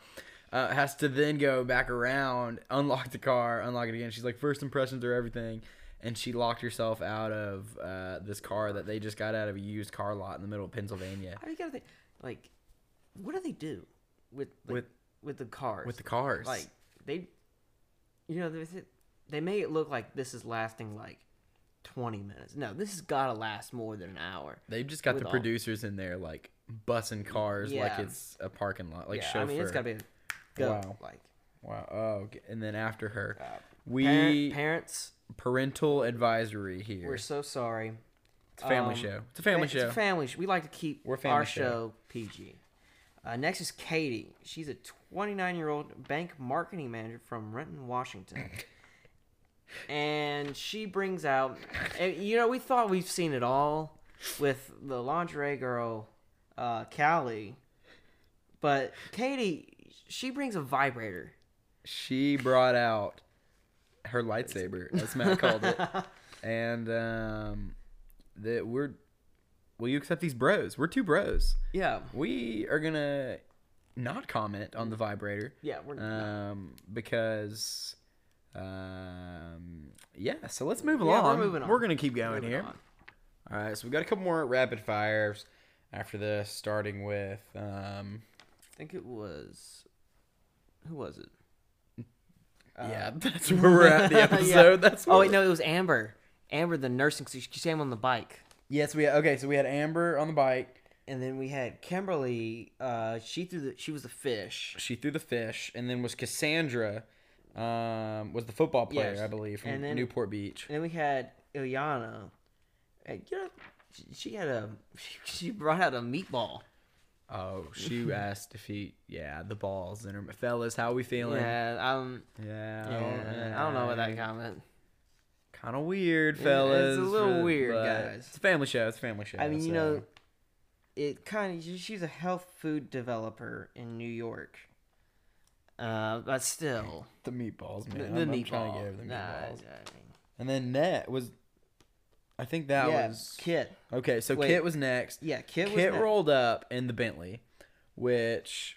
[SPEAKER 1] Uh, has to then go back around, unlock the car, unlock it again. She's like, first impressions are everything. And she locked herself out of uh, this car that they just got out of a used car lot in the middle of Pennsylvania
[SPEAKER 2] I gotta think, like, what do they do with like, with
[SPEAKER 1] With-
[SPEAKER 2] with the cars?
[SPEAKER 1] with the cars.
[SPEAKER 2] like they, you know, they, they make it look like this is lasting like twenty minutes. No, this has gotta last more than an hour.
[SPEAKER 1] They've just got
[SPEAKER 2] with
[SPEAKER 1] the
[SPEAKER 2] all-
[SPEAKER 1] producers in there, like, bussing cars like
[SPEAKER 2] Yeah.
[SPEAKER 1] it's a parking lot, like
[SPEAKER 2] yeah,
[SPEAKER 1] chauffeur.
[SPEAKER 2] I mean, it's gotta be a go.
[SPEAKER 1] Wow.
[SPEAKER 2] Like
[SPEAKER 1] Wow. Oh, okay. and then after her,
[SPEAKER 2] uh,
[SPEAKER 1] we.
[SPEAKER 2] parent- parents,
[SPEAKER 1] parental advisory here.
[SPEAKER 2] we're so sorry.
[SPEAKER 1] it's a family
[SPEAKER 2] um,
[SPEAKER 1] show. It's a family
[SPEAKER 2] It's a
[SPEAKER 1] show.
[SPEAKER 2] family sh- We like to keep
[SPEAKER 1] We're a family
[SPEAKER 2] our
[SPEAKER 1] show.
[SPEAKER 2] show, PG. Uh, next is Katie. She's a 29 year old bank marketing manager from Renton, Washington. and she brings out, and, you know, we thought we've seen it all with the lingerie girl, uh, Callie. But Katie, she brings a vibrator.
[SPEAKER 1] she brought out her lightsaber, as Matt called it, and um, that we're will you accept these bros? We're two bros.
[SPEAKER 2] Yeah.
[SPEAKER 1] We are gonna not comment on the vibrator,
[SPEAKER 2] Yeah. We're,
[SPEAKER 1] um, because um, yeah. So let's move
[SPEAKER 2] Yeah, we're
[SPEAKER 1] along.
[SPEAKER 2] moving on.
[SPEAKER 1] We're gonna keep going
[SPEAKER 2] moving
[SPEAKER 1] here.
[SPEAKER 2] on.
[SPEAKER 1] All right, so we got a couple more rapid fires after this, starting with um,
[SPEAKER 2] I think it was. Who was it?
[SPEAKER 1] yeah, uh, that's where we're at in the episode. That's
[SPEAKER 2] Oh
[SPEAKER 1] where
[SPEAKER 2] wait, no, it was Amber. Amber, the nursing. She she came on the bike,
[SPEAKER 1] Yes, we okay. So we had Amber on the bike.
[SPEAKER 2] and then we had Kimberly. Uh, she threw the. She was a fish.
[SPEAKER 1] She threw the fish, and then was Cassandra, um, was the football player,
[SPEAKER 2] Yes,
[SPEAKER 1] I believe, from
[SPEAKER 2] and then-
[SPEAKER 1] Newport Beach.
[SPEAKER 2] And then we had Ilyana. And, you know, she, she had a. She brought out a meatball.
[SPEAKER 1] Oh, she asked if he, yeah, the balls in her. Fellas, how we feeling? Yeah,
[SPEAKER 2] Yeah, um,
[SPEAKER 1] yeah.
[SPEAKER 2] yeah, I don't know what that comment.
[SPEAKER 1] Kind of weird,
[SPEAKER 2] a
[SPEAKER 1] fellas.
[SPEAKER 2] little
[SPEAKER 1] but-
[SPEAKER 2] weird,
[SPEAKER 1] but
[SPEAKER 2] guys.
[SPEAKER 1] It's a family show. It's a family show.
[SPEAKER 2] I mean, you
[SPEAKER 1] so-
[SPEAKER 2] know, it kind of. She's a health food developer in New York. Uh, but still,
[SPEAKER 1] the meatballs,
[SPEAKER 2] the,
[SPEAKER 1] man.
[SPEAKER 2] the
[SPEAKER 1] I'm, I'm
[SPEAKER 2] meatball.
[SPEAKER 1] trying to get over the
[SPEAKER 2] Nah,
[SPEAKER 1] meatballs.
[SPEAKER 2] I mean-
[SPEAKER 1] And then Net was, I think that
[SPEAKER 2] yeah,
[SPEAKER 1] was
[SPEAKER 2] Kit.
[SPEAKER 1] okay. So
[SPEAKER 2] Wait.
[SPEAKER 1] Kit was next.
[SPEAKER 2] Yeah, Kit. was
[SPEAKER 1] Kit
[SPEAKER 2] next.
[SPEAKER 1] rolled up in the Bentley, which,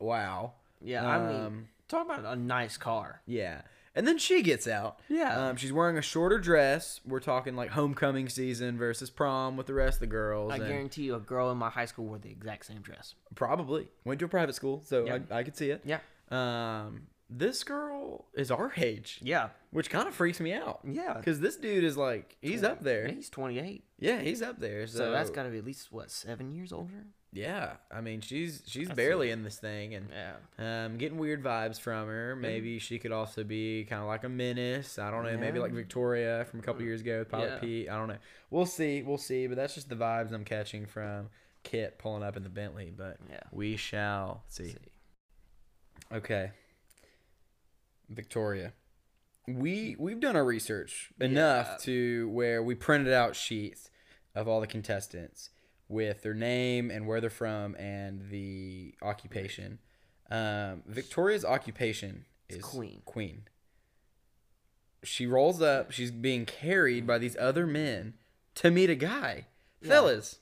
[SPEAKER 1] wow.
[SPEAKER 2] Yeah, I mean,
[SPEAKER 1] Um,
[SPEAKER 2] talk about a nice car.
[SPEAKER 1] Yeah. And then she gets out.
[SPEAKER 2] Yeah.
[SPEAKER 1] Um, she's wearing a shorter dress. We're talking like homecoming season versus prom with the rest of the girls.
[SPEAKER 2] I
[SPEAKER 1] and
[SPEAKER 2] guarantee you, a girl in my high school wore the exact same dress.
[SPEAKER 1] probably went to a private school, so
[SPEAKER 2] Yeah.
[SPEAKER 1] I, I could see it.
[SPEAKER 2] Yeah.
[SPEAKER 1] Um, this girl is our age,
[SPEAKER 2] Yeah.
[SPEAKER 1] which kind of freaks me out.
[SPEAKER 2] Yeah.
[SPEAKER 1] Because this dude is like, he's up there.
[SPEAKER 2] he's 28,
[SPEAKER 1] Yeah, he's up there. So,
[SPEAKER 2] so, that's got to be at least what seven years older.
[SPEAKER 1] Yeah. I mean, she's she's barely in this thing, and
[SPEAKER 2] Yeah.
[SPEAKER 1] Um, getting weird vibes from her. Maybe she could also be kind of like a menace. I don't know. Maybe
[SPEAKER 2] Yeah. Mm.
[SPEAKER 1] like Victoria from a couple years ago, with Pilot
[SPEAKER 2] Yeah.
[SPEAKER 1] Pete. I don't know. We'll see. We'll see. But that's just the vibes I'm catching from Kit pulling up in the Bentley. But
[SPEAKER 2] Yeah.
[SPEAKER 1] we shall see.
[SPEAKER 2] See.
[SPEAKER 1] Okay. Victoria. We we've done our research enough to where we printed out sheets of all the contestants with their name and where they're from and the occupation. Um, Victoria's occupation is
[SPEAKER 2] queen.
[SPEAKER 1] Queen. She rolls up. She's being carried by these other men to meet a guy. Fellas,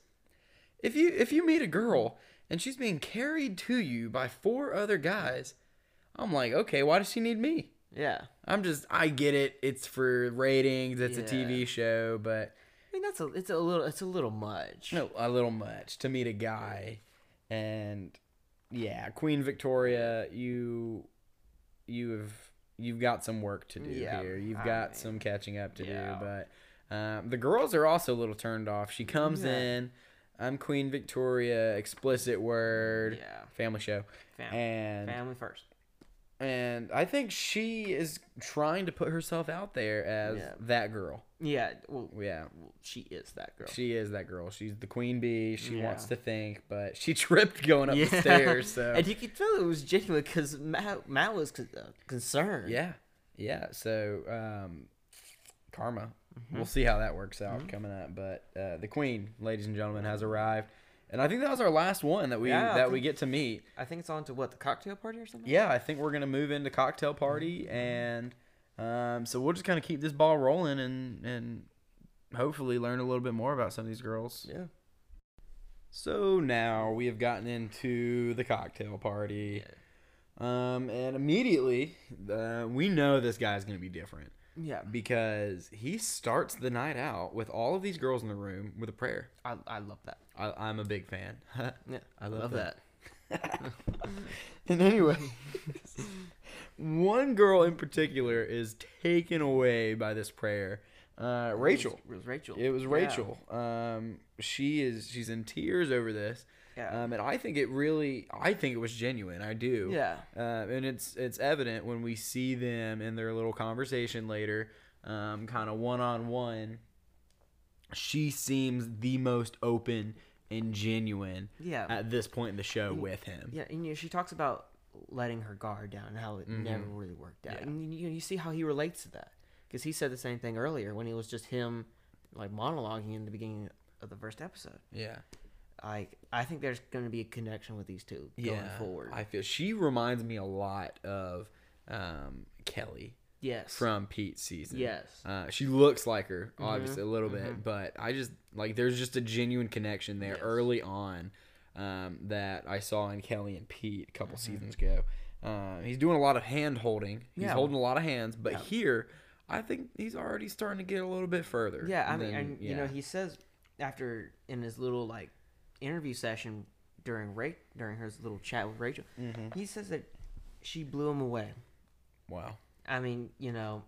[SPEAKER 1] if you if you meet a girl and she's being carried to you by four other guys, I'm like, okay, why does she need me?
[SPEAKER 2] Yeah.
[SPEAKER 1] I'm just I get it. It's for ratings. It's
[SPEAKER 2] Yeah.
[SPEAKER 1] a TV show, but
[SPEAKER 2] I mean that's a it's a little it's a little much.
[SPEAKER 1] no, a little much to meet a guy, and yeah, Queen Victoria, you you have you've got some work to do
[SPEAKER 2] Yeah,
[SPEAKER 1] here. You've
[SPEAKER 2] I
[SPEAKER 1] got
[SPEAKER 2] mean,
[SPEAKER 1] some catching up to
[SPEAKER 2] yeah.
[SPEAKER 1] do, but um, the girls are also a little turned off. She comes
[SPEAKER 2] Yeah.
[SPEAKER 1] in. I'm Queen Victoria. Explicit word.
[SPEAKER 2] Yeah.
[SPEAKER 1] Family show.
[SPEAKER 2] Family.
[SPEAKER 1] And
[SPEAKER 2] Family first.
[SPEAKER 1] and I think she is trying to put herself out there as
[SPEAKER 2] Yeah.
[SPEAKER 1] that girl.
[SPEAKER 2] Yeah. Well,
[SPEAKER 1] Yeah,
[SPEAKER 2] well, she is that girl.
[SPEAKER 1] she is that girl. She's the queen bee. She
[SPEAKER 2] Yeah.
[SPEAKER 1] wants to think, but she tripped going up
[SPEAKER 2] Yeah.
[SPEAKER 1] the stairs. So
[SPEAKER 2] And you could tell it was genuine because Matt, Matt was con- uh, concerned.
[SPEAKER 1] yeah, yeah. So um, karma.
[SPEAKER 2] Mm-hmm.
[SPEAKER 1] We'll see how that works out coming up. But uh, the queen, ladies and gentlemen, has arrived, and I think that was our last one that we
[SPEAKER 2] Yeah, I
[SPEAKER 1] that we
[SPEAKER 2] think-
[SPEAKER 1] get to meet.
[SPEAKER 2] I think it's on to what the cocktail party or something.
[SPEAKER 1] yeah, I think we're gonna move into cocktail party,
[SPEAKER 2] Mm-hmm.
[SPEAKER 1] and um, so we'll just kind of keep this ball rolling, and and hopefully learn a little bit more about some of these girls.
[SPEAKER 2] Yeah.
[SPEAKER 1] So now we have gotten into the cocktail party, um, and immediately uh, we know this guy's gonna be different
[SPEAKER 2] Yeah.
[SPEAKER 1] because he starts the night out with all of these girls in the room with a prayer.
[SPEAKER 2] I, I love that.
[SPEAKER 1] I, I'm a big fan.
[SPEAKER 2] Yeah.
[SPEAKER 1] I love that. and anyway, one girl in particular is taken away by this prayer. Uh, Rachel.
[SPEAKER 2] It was, it was Rachel.
[SPEAKER 1] It was
[SPEAKER 2] Yeah.
[SPEAKER 1] Rachel. Um, she is she's in tears over this.
[SPEAKER 2] Yeah.
[SPEAKER 1] Um, and I think it really, I think it was genuine. I do.
[SPEAKER 2] Yeah.
[SPEAKER 1] Uh, and it's it's evident when we see them in their little conversation later, um, kind of one on one. She seems the most open and genuine.
[SPEAKER 2] Yeah.
[SPEAKER 1] At this point in the show, with him.
[SPEAKER 2] Yeah, and you know, she talks about letting her guard down and how it
[SPEAKER 1] Mm-hmm.
[SPEAKER 2] never really worked out. And you, you see how he relates to that because he said the same thing earlier when it was just him like monologuing in the beginning of the first episode.
[SPEAKER 1] Yeah.
[SPEAKER 2] I I think there's going to be a connection with these two going forward.
[SPEAKER 1] I feel she reminds me a lot of um, Kelly
[SPEAKER 2] yes.
[SPEAKER 1] from Pete's season.
[SPEAKER 2] Yes.
[SPEAKER 1] Uh, she looks like her,
[SPEAKER 2] Mm-hmm.
[SPEAKER 1] obviously, a little bit, but I just like there's just a genuine connection there early on um, that I saw in Kelly and Pete a couple seasons ago. Uh, he's doing a lot of hand holding. He's
[SPEAKER 2] Mm-hmm. Yeah.
[SPEAKER 1] holding a lot of hands, but here, I think he's already starting to get a little bit further.
[SPEAKER 2] yeah, I mean,
[SPEAKER 1] than-
[SPEAKER 2] and you know,
[SPEAKER 1] yeah.
[SPEAKER 2] he says after in his little like interview session during Ra- during her little chat with Rachel,
[SPEAKER 1] Mm-hmm.
[SPEAKER 2] he says that she blew him away.
[SPEAKER 1] wow.
[SPEAKER 2] I mean, you know,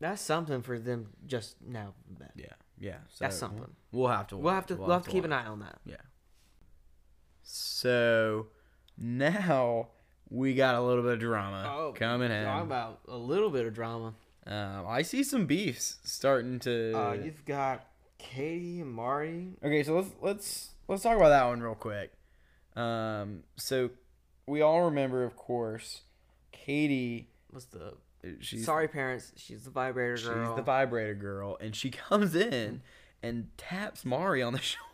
[SPEAKER 2] that's something for them just now. That.
[SPEAKER 1] Yeah, yeah. So
[SPEAKER 2] That's something.
[SPEAKER 1] We'll have to.
[SPEAKER 2] We'll have to we'll, have to keep
[SPEAKER 1] watch.
[SPEAKER 2] an eye on that.
[SPEAKER 1] Yeah. So now we got a little bit of drama coming in.
[SPEAKER 2] Talk Oh, about a little bit of drama.
[SPEAKER 1] Um, I see some beefs starting to.
[SPEAKER 2] Uh, you've got Katie and Mari.
[SPEAKER 1] okay, so let's let's let's talk about that one real quick. Um, so we all remember, of course, Katie. uh,
[SPEAKER 2] What's the
[SPEAKER 1] She's
[SPEAKER 2] sorry parents? She's the vibrator
[SPEAKER 1] She's
[SPEAKER 2] girl.
[SPEAKER 1] the vibrator girl, and she comes in and taps Mari on the shoulder.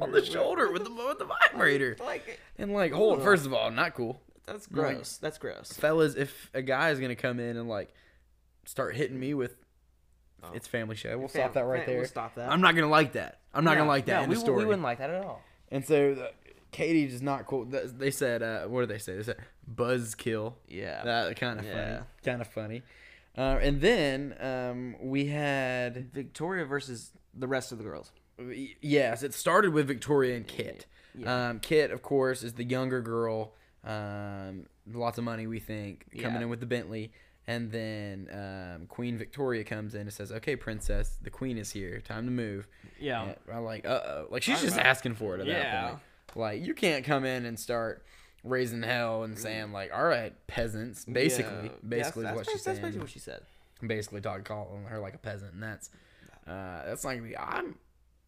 [SPEAKER 1] On the shoulder with the with the vibrator,
[SPEAKER 2] like
[SPEAKER 1] and like, hold. on, First of all, not cool.
[SPEAKER 2] that's gross. That's gross.
[SPEAKER 1] fellas, if a guy is gonna come in and like start hitting me with it's family show, we'll stop
[SPEAKER 2] Oh. Fam-
[SPEAKER 1] that right
[SPEAKER 2] fam-
[SPEAKER 1] there.
[SPEAKER 2] we'll stop that.
[SPEAKER 1] I'm not gonna like that. I'm not gonna like that in
[SPEAKER 2] we,
[SPEAKER 1] the
[SPEAKER 2] wou-
[SPEAKER 1] story.
[SPEAKER 2] we wouldn't like that at all.
[SPEAKER 1] and so the, Katie is not cool. Th- They said, uh, what did they say? They said buzzkill.
[SPEAKER 2] Yeah.
[SPEAKER 1] that kind of
[SPEAKER 2] Yeah.
[SPEAKER 1] funny. Kind of funny. Uh, and then um, we had
[SPEAKER 2] Victoria versus the rest of the girls.
[SPEAKER 1] yes, it started with Victoria and Kit. Um, Kit, of course, is the younger girl. Um, lots of money, we think, coming
[SPEAKER 2] Yeah.
[SPEAKER 1] in with the Bentley. And then um, Queen Victoria comes in and says, "Okay, princess, the queen is here. Time to move."
[SPEAKER 2] Yeah.
[SPEAKER 1] And I'm like, "Uh oh!" Like she's just
[SPEAKER 2] about-
[SPEAKER 1] asking for it at
[SPEAKER 2] Yeah.
[SPEAKER 1] that point. Like you can't come in and start raising hell and saying like, "All right, peasants." Basically,
[SPEAKER 2] Yeah.
[SPEAKER 1] basically
[SPEAKER 2] Yes,
[SPEAKER 1] is what she's
[SPEAKER 2] that's, that's
[SPEAKER 1] saying
[SPEAKER 2] basically what she said.
[SPEAKER 1] basically talking calling her like a peasant and that's uh that's not gonna be i'm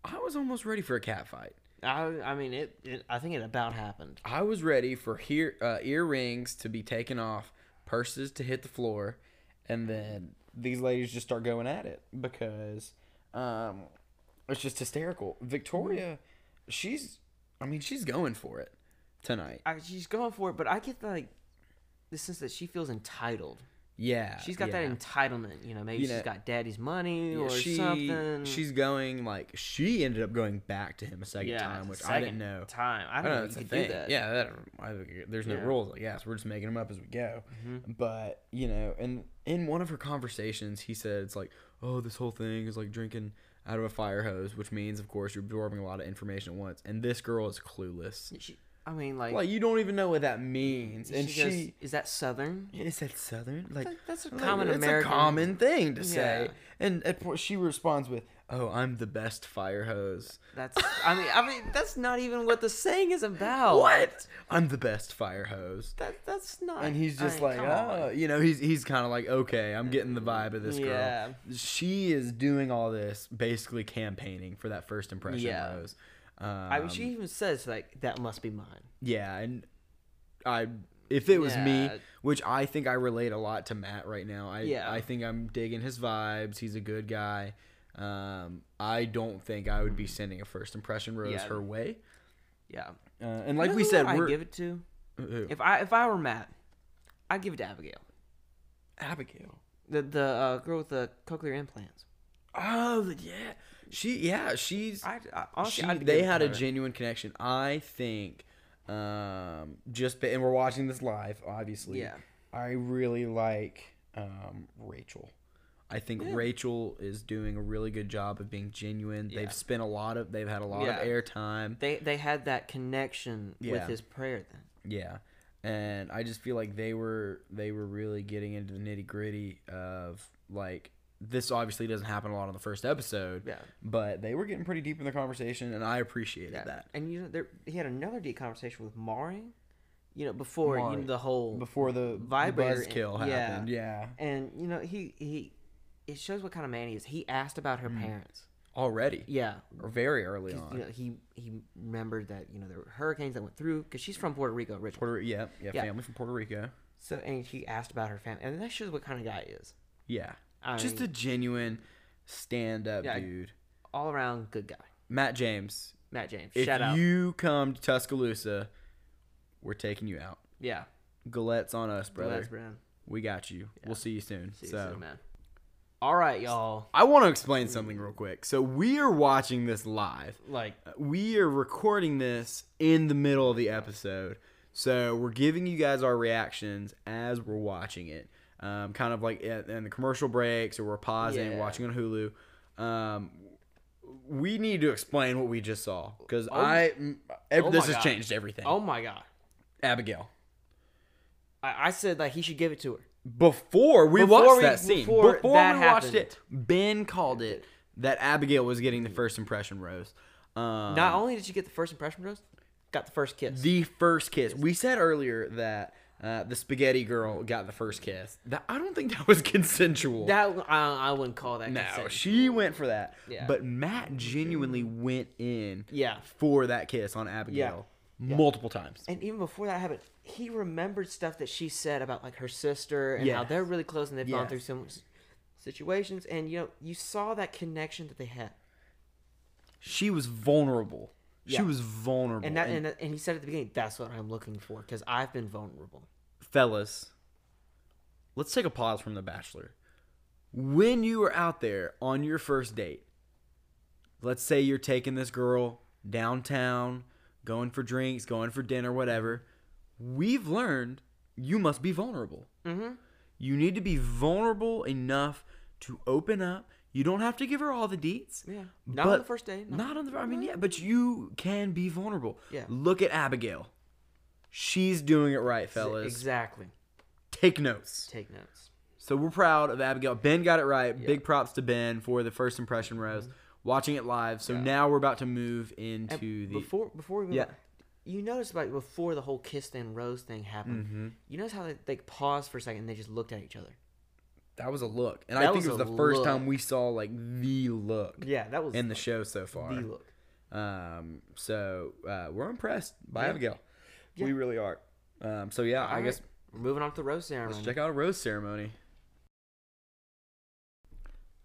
[SPEAKER 1] i was almost ready for a cat fight
[SPEAKER 2] I, I mean, it, it. I think it about happened.
[SPEAKER 1] i was ready for here uh, earrings to be taken off purses to hit the floor and then these ladies just start going at it because um it's just hysterical victoria she's i mean she's going for it tonight
[SPEAKER 2] I, she's going for it, but I get the, like the sense that she feels entitled
[SPEAKER 1] Yeah,
[SPEAKER 2] She's got
[SPEAKER 1] yeah.
[SPEAKER 2] that entitlement, you know. Maybe
[SPEAKER 1] You
[SPEAKER 2] she's
[SPEAKER 1] know-
[SPEAKER 2] got daddy's money
[SPEAKER 1] Yeah,
[SPEAKER 2] or something.
[SPEAKER 1] She's going like she ended up going back to him a second
[SPEAKER 2] yeah,
[SPEAKER 1] time,
[SPEAKER 2] it's
[SPEAKER 1] which
[SPEAKER 2] the
[SPEAKER 1] I didn't
[SPEAKER 2] second
[SPEAKER 1] know.
[SPEAKER 2] Time I
[SPEAKER 1] I
[SPEAKER 2] don't,
[SPEAKER 1] don't
[SPEAKER 2] know.
[SPEAKER 1] know.
[SPEAKER 2] if
[SPEAKER 1] It's
[SPEAKER 2] you
[SPEAKER 1] a
[SPEAKER 2] could do
[SPEAKER 1] thing.
[SPEAKER 2] that.
[SPEAKER 1] Yeah, that, I, think there's no
[SPEAKER 2] Yeah. Mm-hmm.
[SPEAKER 1] rules. Like, yes, we're just making them up as we go. But you know, and in one of her conversations, he said it's like, oh, this whole thing is like drinking out of a fire hose, which means, of course, you're absorbing a lot of information at once. And this girl is clueless.
[SPEAKER 2] She, I mean, like,
[SPEAKER 1] Like you don't even know what that means, and
[SPEAKER 2] she,
[SPEAKER 1] she.
[SPEAKER 2] goes, "Is that Southern?"
[SPEAKER 1] Is that Southern? Like
[SPEAKER 2] That- that's a
[SPEAKER 1] like,
[SPEAKER 2] common
[SPEAKER 1] it's
[SPEAKER 2] American-
[SPEAKER 1] a common thing to say.
[SPEAKER 2] Yeah.
[SPEAKER 1] And at point, she responds with, "Oh, I'm the best fire hose."
[SPEAKER 2] That's. I mean, I mean, that's not even what the saying is about.
[SPEAKER 1] What? I'm the best fire hose.
[SPEAKER 2] That that's not.
[SPEAKER 1] And he's
[SPEAKER 2] I
[SPEAKER 1] just
[SPEAKER 2] mean,
[SPEAKER 1] like,
[SPEAKER 2] come on.
[SPEAKER 1] oh, you know, he's he's kind of like, okay, I'm getting the vibe of this girl.
[SPEAKER 2] Yeah.
[SPEAKER 1] She is doing all this basically campaigning for that first impression
[SPEAKER 2] Yeah.
[SPEAKER 1] rose.
[SPEAKER 2] I mean,
[SPEAKER 1] Um,
[SPEAKER 2] she even says like, "That must be mine."
[SPEAKER 1] Yeah, and I if it was me,
[SPEAKER 2] Yeah.
[SPEAKER 1] which I think I relate a lot to Matt right now. I
[SPEAKER 2] Yeah.
[SPEAKER 1] I think I'm digging his vibes. He's a good guy. Um, I don't think I would be sending a first impression rose
[SPEAKER 2] Yeah.
[SPEAKER 1] her way.
[SPEAKER 2] Yeah.
[SPEAKER 1] Uh, and like
[SPEAKER 2] You know
[SPEAKER 1] we
[SPEAKER 2] who
[SPEAKER 1] said,
[SPEAKER 2] I
[SPEAKER 1] we're
[SPEAKER 2] give it to.
[SPEAKER 1] Who?
[SPEAKER 2] If I if I were Matt, I'd give it to Abigail,
[SPEAKER 1] Abigail.
[SPEAKER 2] the the uh, girl with the cochlear implants.
[SPEAKER 1] Oh yeah, she yeah she's
[SPEAKER 2] I, I honestly,
[SPEAKER 1] she,
[SPEAKER 2] I'd give
[SPEAKER 1] they
[SPEAKER 2] it
[SPEAKER 1] had
[SPEAKER 2] to
[SPEAKER 1] a
[SPEAKER 2] her.
[SPEAKER 1] genuine connection. I think um just ba- and we're watching this live obviously.
[SPEAKER 2] Yeah.
[SPEAKER 1] I really like um Rachel. I think Rachel is doing a really good job of being genuine.
[SPEAKER 2] Yeah.
[SPEAKER 1] They've spent a lot of they've had a lot
[SPEAKER 2] Yeah.
[SPEAKER 1] of airtime.
[SPEAKER 2] They they had that connection with
[SPEAKER 1] Yeah.
[SPEAKER 2] his prayer then.
[SPEAKER 1] Yeah. And I just feel like they were they were really getting into the nitty gritty of like this obviously doesn't happen a lot on the first episode.
[SPEAKER 2] Yeah.
[SPEAKER 1] But they were getting pretty deep in the conversation and I appreciated that.
[SPEAKER 2] And you know, there he had another deep conversation with Mari, you know, before you
[SPEAKER 1] Mari.
[SPEAKER 2] know, the whole
[SPEAKER 1] Before the,
[SPEAKER 2] Vibrator-
[SPEAKER 1] buzz kill
[SPEAKER 2] yeah.
[SPEAKER 1] happened. Yeah.
[SPEAKER 2] and you know, he he it shows what kind of man he is. He asked about her parents.
[SPEAKER 1] Already.
[SPEAKER 2] Yeah.
[SPEAKER 1] Or very early
[SPEAKER 2] 'Cause,
[SPEAKER 1] on.
[SPEAKER 2] You know, he he remembered that, you know, there were hurricanes that went through cuz she's from Puerto Rico originally.
[SPEAKER 1] Puerto yeah, yeah,
[SPEAKER 2] Yeah.
[SPEAKER 1] family from Puerto Rico.
[SPEAKER 2] So and he asked about her family. And that shows what kind of guy he is.
[SPEAKER 1] Yeah.
[SPEAKER 2] I
[SPEAKER 1] just a genuine stand up
[SPEAKER 2] Yeah.
[SPEAKER 1] dude.
[SPEAKER 2] All around good guy.
[SPEAKER 1] Matt James.
[SPEAKER 2] Matt James.
[SPEAKER 1] If
[SPEAKER 2] shout out.
[SPEAKER 1] you come to Tuscaloosa, we're taking you out.
[SPEAKER 2] Yeah.
[SPEAKER 1] Gillette's on us, brother.
[SPEAKER 2] Bless Brown.
[SPEAKER 1] We got you. We'll see you soon.
[SPEAKER 2] See you
[SPEAKER 1] so
[SPEAKER 2] soon, man. All right, y'all.
[SPEAKER 1] I want to explain something real quick. So we are watching this live.
[SPEAKER 2] Like
[SPEAKER 1] We are recording this in the middle of the episode. So we're giving you guys our reactions as we're watching it. Um, kind of like in in the commercial breaks or we're pausing,
[SPEAKER 2] Yeah.
[SPEAKER 1] watching on Hulu. Um, we need to explain what we just saw because
[SPEAKER 2] Oh.
[SPEAKER 1] I mm, ev-
[SPEAKER 2] Oh
[SPEAKER 1] this
[SPEAKER 2] my
[SPEAKER 1] has
[SPEAKER 2] God.
[SPEAKER 1] changed everything.
[SPEAKER 2] oh my god.
[SPEAKER 1] Abigail.
[SPEAKER 2] I, I said that he should give it to her.
[SPEAKER 1] before we
[SPEAKER 2] Before
[SPEAKER 1] watched
[SPEAKER 2] we-
[SPEAKER 1] that scene,
[SPEAKER 2] before
[SPEAKER 1] before,
[SPEAKER 2] that
[SPEAKER 1] we watched it, Ben called it that Abigail was getting the first impression rose. Um,
[SPEAKER 2] Not only did she get the first impression rose, got the first kiss.
[SPEAKER 1] the first kiss. We said earlier that uh, the spaghetti girl got the first kiss. That I don't think that was consensual.
[SPEAKER 2] That I, I wouldn't call that.
[SPEAKER 1] no,
[SPEAKER 2] consent.
[SPEAKER 1] she went for that.
[SPEAKER 2] Yeah.
[SPEAKER 1] But Matt genuinely went in
[SPEAKER 2] Yeah.
[SPEAKER 1] for that kiss on Abigail multiple times.
[SPEAKER 2] And even before that happened, he remembered stuff that she said about like her sister and how
[SPEAKER 1] Yes.
[SPEAKER 2] they're really close and they've gone
[SPEAKER 1] Yes.
[SPEAKER 2] through some s- situations. And you know, you saw that connection that they had.
[SPEAKER 1] She was vulnerable.
[SPEAKER 2] Yeah.
[SPEAKER 1] She was vulnerable.
[SPEAKER 2] And that, and, and he said at the beginning, "That's what I'm looking for because I've been vulnerable."
[SPEAKER 1] fellas, let's take a pause from The Bachelor. When you are out there on your first date, let's say you're taking this girl downtown, going for drinks, going for dinner, whatever, we've learned you must be vulnerable. You need to be vulnerable enough to open up. You don't have to give her all the deets.
[SPEAKER 2] Yeah. Not on the first date, no.
[SPEAKER 1] Not on the. I mean, yeah, but you can be vulnerable.
[SPEAKER 2] Yeah.
[SPEAKER 1] Look at Abigail. She's doing it right, fellas
[SPEAKER 2] Exactly.
[SPEAKER 1] take notes.
[SPEAKER 2] Take notes.
[SPEAKER 1] So we're proud of Abigail. Ben got it right. Big props to Ben for the first impression rose. Watching it live. So now we're about to move into
[SPEAKER 2] And
[SPEAKER 1] the
[SPEAKER 2] before before we move
[SPEAKER 1] Yeah.
[SPEAKER 2] on, you notice like before the whole kiss and rose thing happened,
[SPEAKER 1] Mm-hmm.
[SPEAKER 2] you notice how they, they paused for a second and they just looked at each other.
[SPEAKER 1] that was a look, and
[SPEAKER 2] That
[SPEAKER 1] I think
[SPEAKER 2] was
[SPEAKER 1] it was
[SPEAKER 2] a
[SPEAKER 1] the first
[SPEAKER 2] look.
[SPEAKER 1] time we saw like the look
[SPEAKER 2] Yeah, that was
[SPEAKER 1] in the show so far.
[SPEAKER 2] the look.
[SPEAKER 1] Um, so uh, we're impressed by
[SPEAKER 2] Yeah.
[SPEAKER 1] Abigail. We really are. Um, so yeah, I
[SPEAKER 2] All
[SPEAKER 1] guess
[SPEAKER 2] right, we're moving on to the rose ceremony.
[SPEAKER 1] Let's check out a rose ceremony.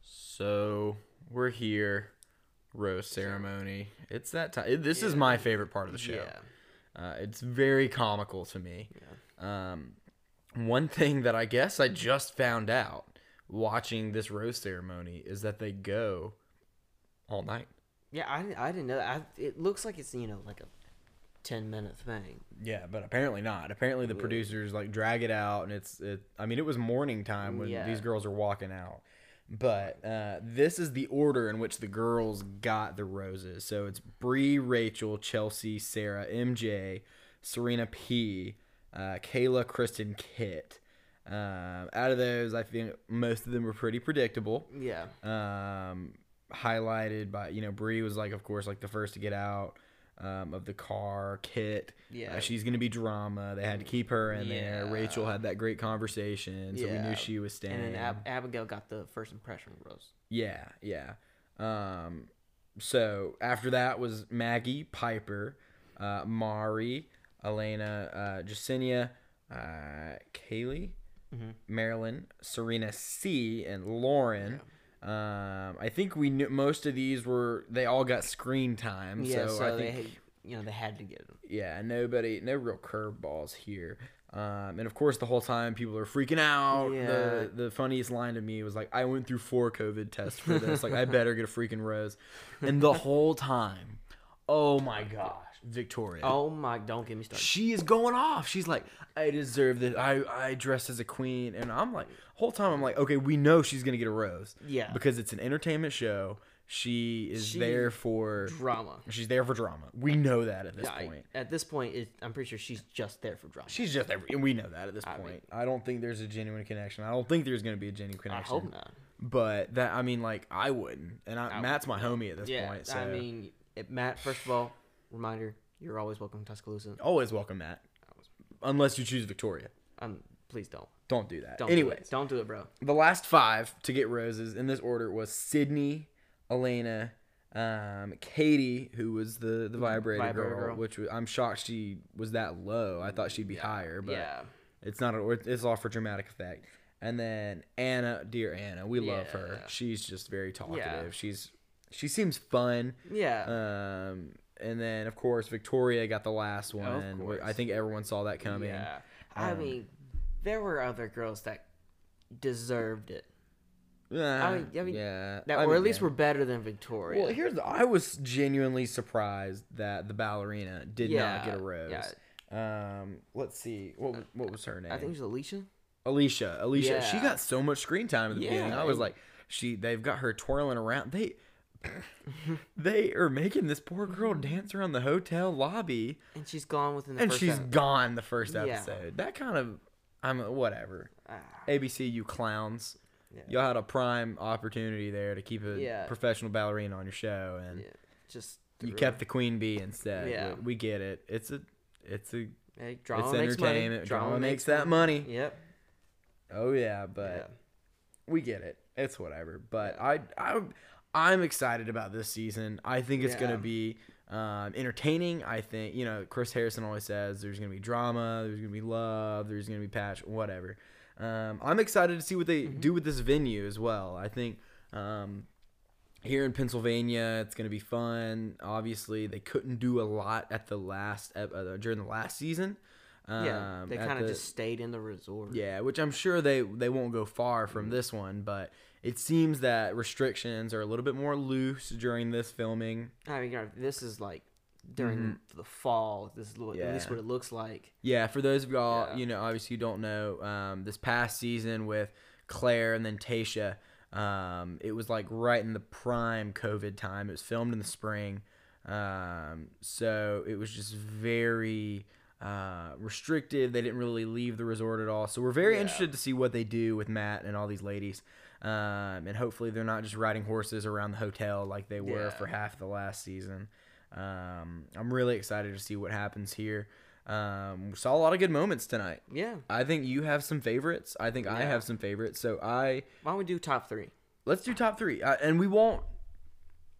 [SPEAKER 1] So we're here, rose ceremony. It's that time. it- this is my favorite part of the show.
[SPEAKER 2] Yeah.
[SPEAKER 1] Uh, it's very comical to me. Um, one thing that I guess I just found out watching this rose ceremony is that they go all night.
[SPEAKER 2] Yeah, I, didn't- I didn't know. That. I, it looks like it's you know like a ten minute thing.
[SPEAKER 1] Yeah, but apparently not. Apparently the producers like drag it out, and it's it. I mean, it was morning time when
[SPEAKER 2] Yeah.
[SPEAKER 1] these girls are walking out. But uh, this is the order in which the girls got the roses. So it's Bree, Rachel, Chelsea, Sarah, MJ, Serena P, uh, Kayla, Kristen, Kit. Um, out of those, I think most of them were pretty predictable
[SPEAKER 2] Yeah,
[SPEAKER 1] um, highlighted by you know Bree was like of course like the first to get out um, of the car. Kit,
[SPEAKER 2] Yeah.
[SPEAKER 1] uh, she's gonna be drama. They had to keep her in there.
[SPEAKER 2] Yeah.
[SPEAKER 1] Rachel had that great conversation, so we
[SPEAKER 2] Yeah.
[SPEAKER 1] knew she was staying.
[SPEAKER 2] and then Ab- Abigail got the first impression rose.
[SPEAKER 1] yeah, yeah. Um, so after that was Maggie, Piper, uh, Mari, Elena, uh, Jacinia, uh, Kaylee.
[SPEAKER 2] Mm-hmm.
[SPEAKER 1] Marilyn, Serena C, and Lauren. Um, I think we knew most of these were they all got screen time.
[SPEAKER 2] Yeah, so,
[SPEAKER 1] so, I
[SPEAKER 2] they
[SPEAKER 1] think
[SPEAKER 2] had, you know they had to get him.
[SPEAKER 1] yeah, nobody, no real curveballs here. Um, and of course, the whole time people are freaking out.
[SPEAKER 2] Yeah.
[SPEAKER 1] The the funniest line to me was like, "I went through four COVID tests for this. Like, I better get a freaking rose." And the whole time, oh my gosh, Victoria.
[SPEAKER 2] Oh my! Don't get me started.
[SPEAKER 1] She is going off. She's like, I deserve this. I, I dressed as a queen. And I'm like, whole time I'm like, okay, we know she's going to get a rose.
[SPEAKER 2] Yeah.
[SPEAKER 1] Because it's an entertainment show. She is
[SPEAKER 2] She-
[SPEAKER 1] there for,
[SPEAKER 2] Drama.
[SPEAKER 1] she's there for drama. We know that at this
[SPEAKER 2] I-
[SPEAKER 1] point.
[SPEAKER 2] at this point, it, I'm pretty sure she's just there for drama.
[SPEAKER 1] She's just there. And we know that at this
[SPEAKER 2] mean-
[SPEAKER 1] point. I don't think there's a genuine connection. I don't think there's going to be a genuine
[SPEAKER 2] I
[SPEAKER 1] connection.
[SPEAKER 2] hope not.
[SPEAKER 1] But that, I mean, like, I wouldn't. And I, Matt's my homie at this
[SPEAKER 2] Yeah,
[SPEAKER 1] point. So
[SPEAKER 2] I mean, it, Matt. First of all, reminder: you're always welcome, to Tuscaloosa.
[SPEAKER 1] always welcome Matt. Unless you choose Victoria.
[SPEAKER 2] Um, please don't.
[SPEAKER 1] Don't do that.
[SPEAKER 2] Don't do it.
[SPEAKER 1] Anyways.
[SPEAKER 2] don't do it, bro.
[SPEAKER 1] the last five to get roses in this order was Sydney, Elena, um, Katie, who was the the vibrator,
[SPEAKER 2] Mm-hmm. Vibrator
[SPEAKER 1] girl,
[SPEAKER 2] girl.
[SPEAKER 1] which was, I'm shocked she was that low. I thought she'd be higher, but
[SPEAKER 2] yeah,
[SPEAKER 1] it's not. A, it's all for dramatic effect. And then Anna, dear Anna, we love her.
[SPEAKER 2] Yeah.
[SPEAKER 1] She's just very talkative. She's she seems fun.
[SPEAKER 2] yeah.
[SPEAKER 1] Um, and then of course Victoria got the last one.
[SPEAKER 2] course.
[SPEAKER 1] I um, think everyone saw that coming.
[SPEAKER 2] yeah. I mean, there were other girls that deserved it.
[SPEAKER 1] Yeah,
[SPEAKER 2] I mean- I mean,
[SPEAKER 1] yeah.
[SPEAKER 2] That
[SPEAKER 1] I
[SPEAKER 2] or at
[SPEAKER 1] mean,
[SPEAKER 2] least
[SPEAKER 1] yeah.
[SPEAKER 2] were better than Victoria.
[SPEAKER 1] Well, here's the, I was genuinely surprised that the ballerina did not
[SPEAKER 2] Yeah,
[SPEAKER 1] get a rose. Um, let's see what was- what was her name?
[SPEAKER 2] I think it was Alicia.
[SPEAKER 1] Alicia. Alicia. She
[SPEAKER 2] Yeah.
[SPEAKER 1] got so much screen time at the
[SPEAKER 2] Yeah,
[SPEAKER 1] beginning. I was
[SPEAKER 2] and-
[SPEAKER 1] like, she. They've got her twirling around. They they are making this poor girl dance around the hotel lobby,
[SPEAKER 2] And she's gone within Mm-hmm. the
[SPEAKER 1] and
[SPEAKER 2] first
[SPEAKER 1] she's
[SPEAKER 2] episode.
[SPEAKER 1] gone the first
[SPEAKER 2] Yeah.
[SPEAKER 1] episode. That kind of I'm whatever.
[SPEAKER 2] Ah,
[SPEAKER 1] ABC, you clowns. Y'all had a prime opportunity there to keep a
[SPEAKER 2] Yeah.
[SPEAKER 1] professional ballerina on your show, and
[SPEAKER 2] yeah, just
[SPEAKER 1] you
[SPEAKER 2] threw
[SPEAKER 1] kept the queen bee instead.
[SPEAKER 2] Yeah.
[SPEAKER 1] We, we get it. It's a it's a
[SPEAKER 2] it. Hey, drama
[SPEAKER 1] it's
[SPEAKER 2] makes money.
[SPEAKER 1] entertainment. Drama, makes that money.
[SPEAKER 2] Yep.
[SPEAKER 1] Oh yeah, but
[SPEAKER 2] Yeah.
[SPEAKER 1] we get it. It's whatever. But I I I'm excited about this season. I think it's
[SPEAKER 2] Yeah.
[SPEAKER 1] gonna be um, entertaining. I think you know Chris Harrison always says there's gonna be drama, there's gonna be love, there's gonna be passion, whatever. Um, I'm excited to see what they
[SPEAKER 2] Mm-hmm.
[SPEAKER 1] do with this venue as well. I think um, here in Pennsylvania, it's gonna be fun. Obviously, they couldn't do a lot at the last ep- uh, during the last season. Um,
[SPEAKER 2] yeah. They
[SPEAKER 1] at
[SPEAKER 2] kind of
[SPEAKER 1] the-
[SPEAKER 2] just stayed in the resort.
[SPEAKER 1] yeah, which I'm sure they they won't go far from this one, but it seems that restrictions are a little bit more loose during this filming.
[SPEAKER 2] I mean, you know, this is like during the fall. This is lo- at least
[SPEAKER 1] Mm-hmm. Yeah.
[SPEAKER 2] what it looks like.
[SPEAKER 1] Yeah, for those of y'all,
[SPEAKER 2] Yeah.
[SPEAKER 1] you know, obviously you don't know, um, this past season with Claire and then Tasha, um, it was like right in the prime COVID time. It was filmed in the spring. Um, so it was just very uh, restrictive. They didn't really leave the resort at all. So we're very
[SPEAKER 2] Yeah.
[SPEAKER 1] interested to see what they do with Matt and all these ladies. Um, and hopefully they're not just riding horses around the hotel like they were
[SPEAKER 2] Yeah.
[SPEAKER 1] for half the last season. Um, I'm really excited to see what happens here. Um, we saw a lot of good moments tonight.
[SPEAKER 2] Yeah.
[SPEAKER 1] I think you have some favorites. I think I
[SPEAKER 2] Yeah.
[SPEAKER 1] have some favorites. So I
[SPEAKER 2] Why don't we do top three?
[SPEAKER 1] let's do top three, uh, and we won't.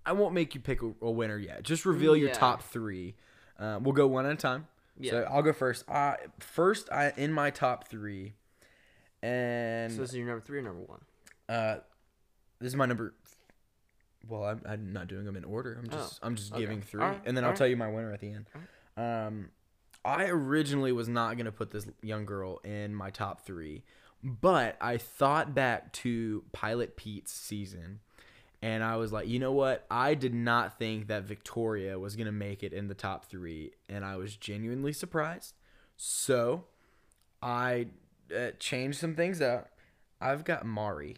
[SPEAKER 1] I won't make you pick a, a winner yet. Just reveal your
[SPEAKER 2] Yeah.
[SPEAKER 1] top three. Uh, we'll go one at a time. So
[SPEAKER 2] Yeah.
[SPEAKER 1] I'll go first. Uh, first, I in my top three, and
[SPEAKER 2] So this is your number three or number one?
[SPEAKER 1] uh, this is my number. Well, I'm,
[SPEAKER 2] Oh.
[SPEAKER 1] I'm not doing them in order. I'm just I'm just
[SPEAKER 2] okay.
[SPEAKER 1] giving three,
[SPEAKER 2] Alright,
[SPEAKER 1] and then I'll
[SPEAKER 2] alright.
[SPEAKER 1] tell you my winner at the end. Um, I originally was not going to put this young girl in my top three, but I thought back to Pilot Pete's season and I was like, you know what? I did not think that Victoria was going to make it in the top three, and I was genuinely surprised. So I uh, changed some things up. I've got Mari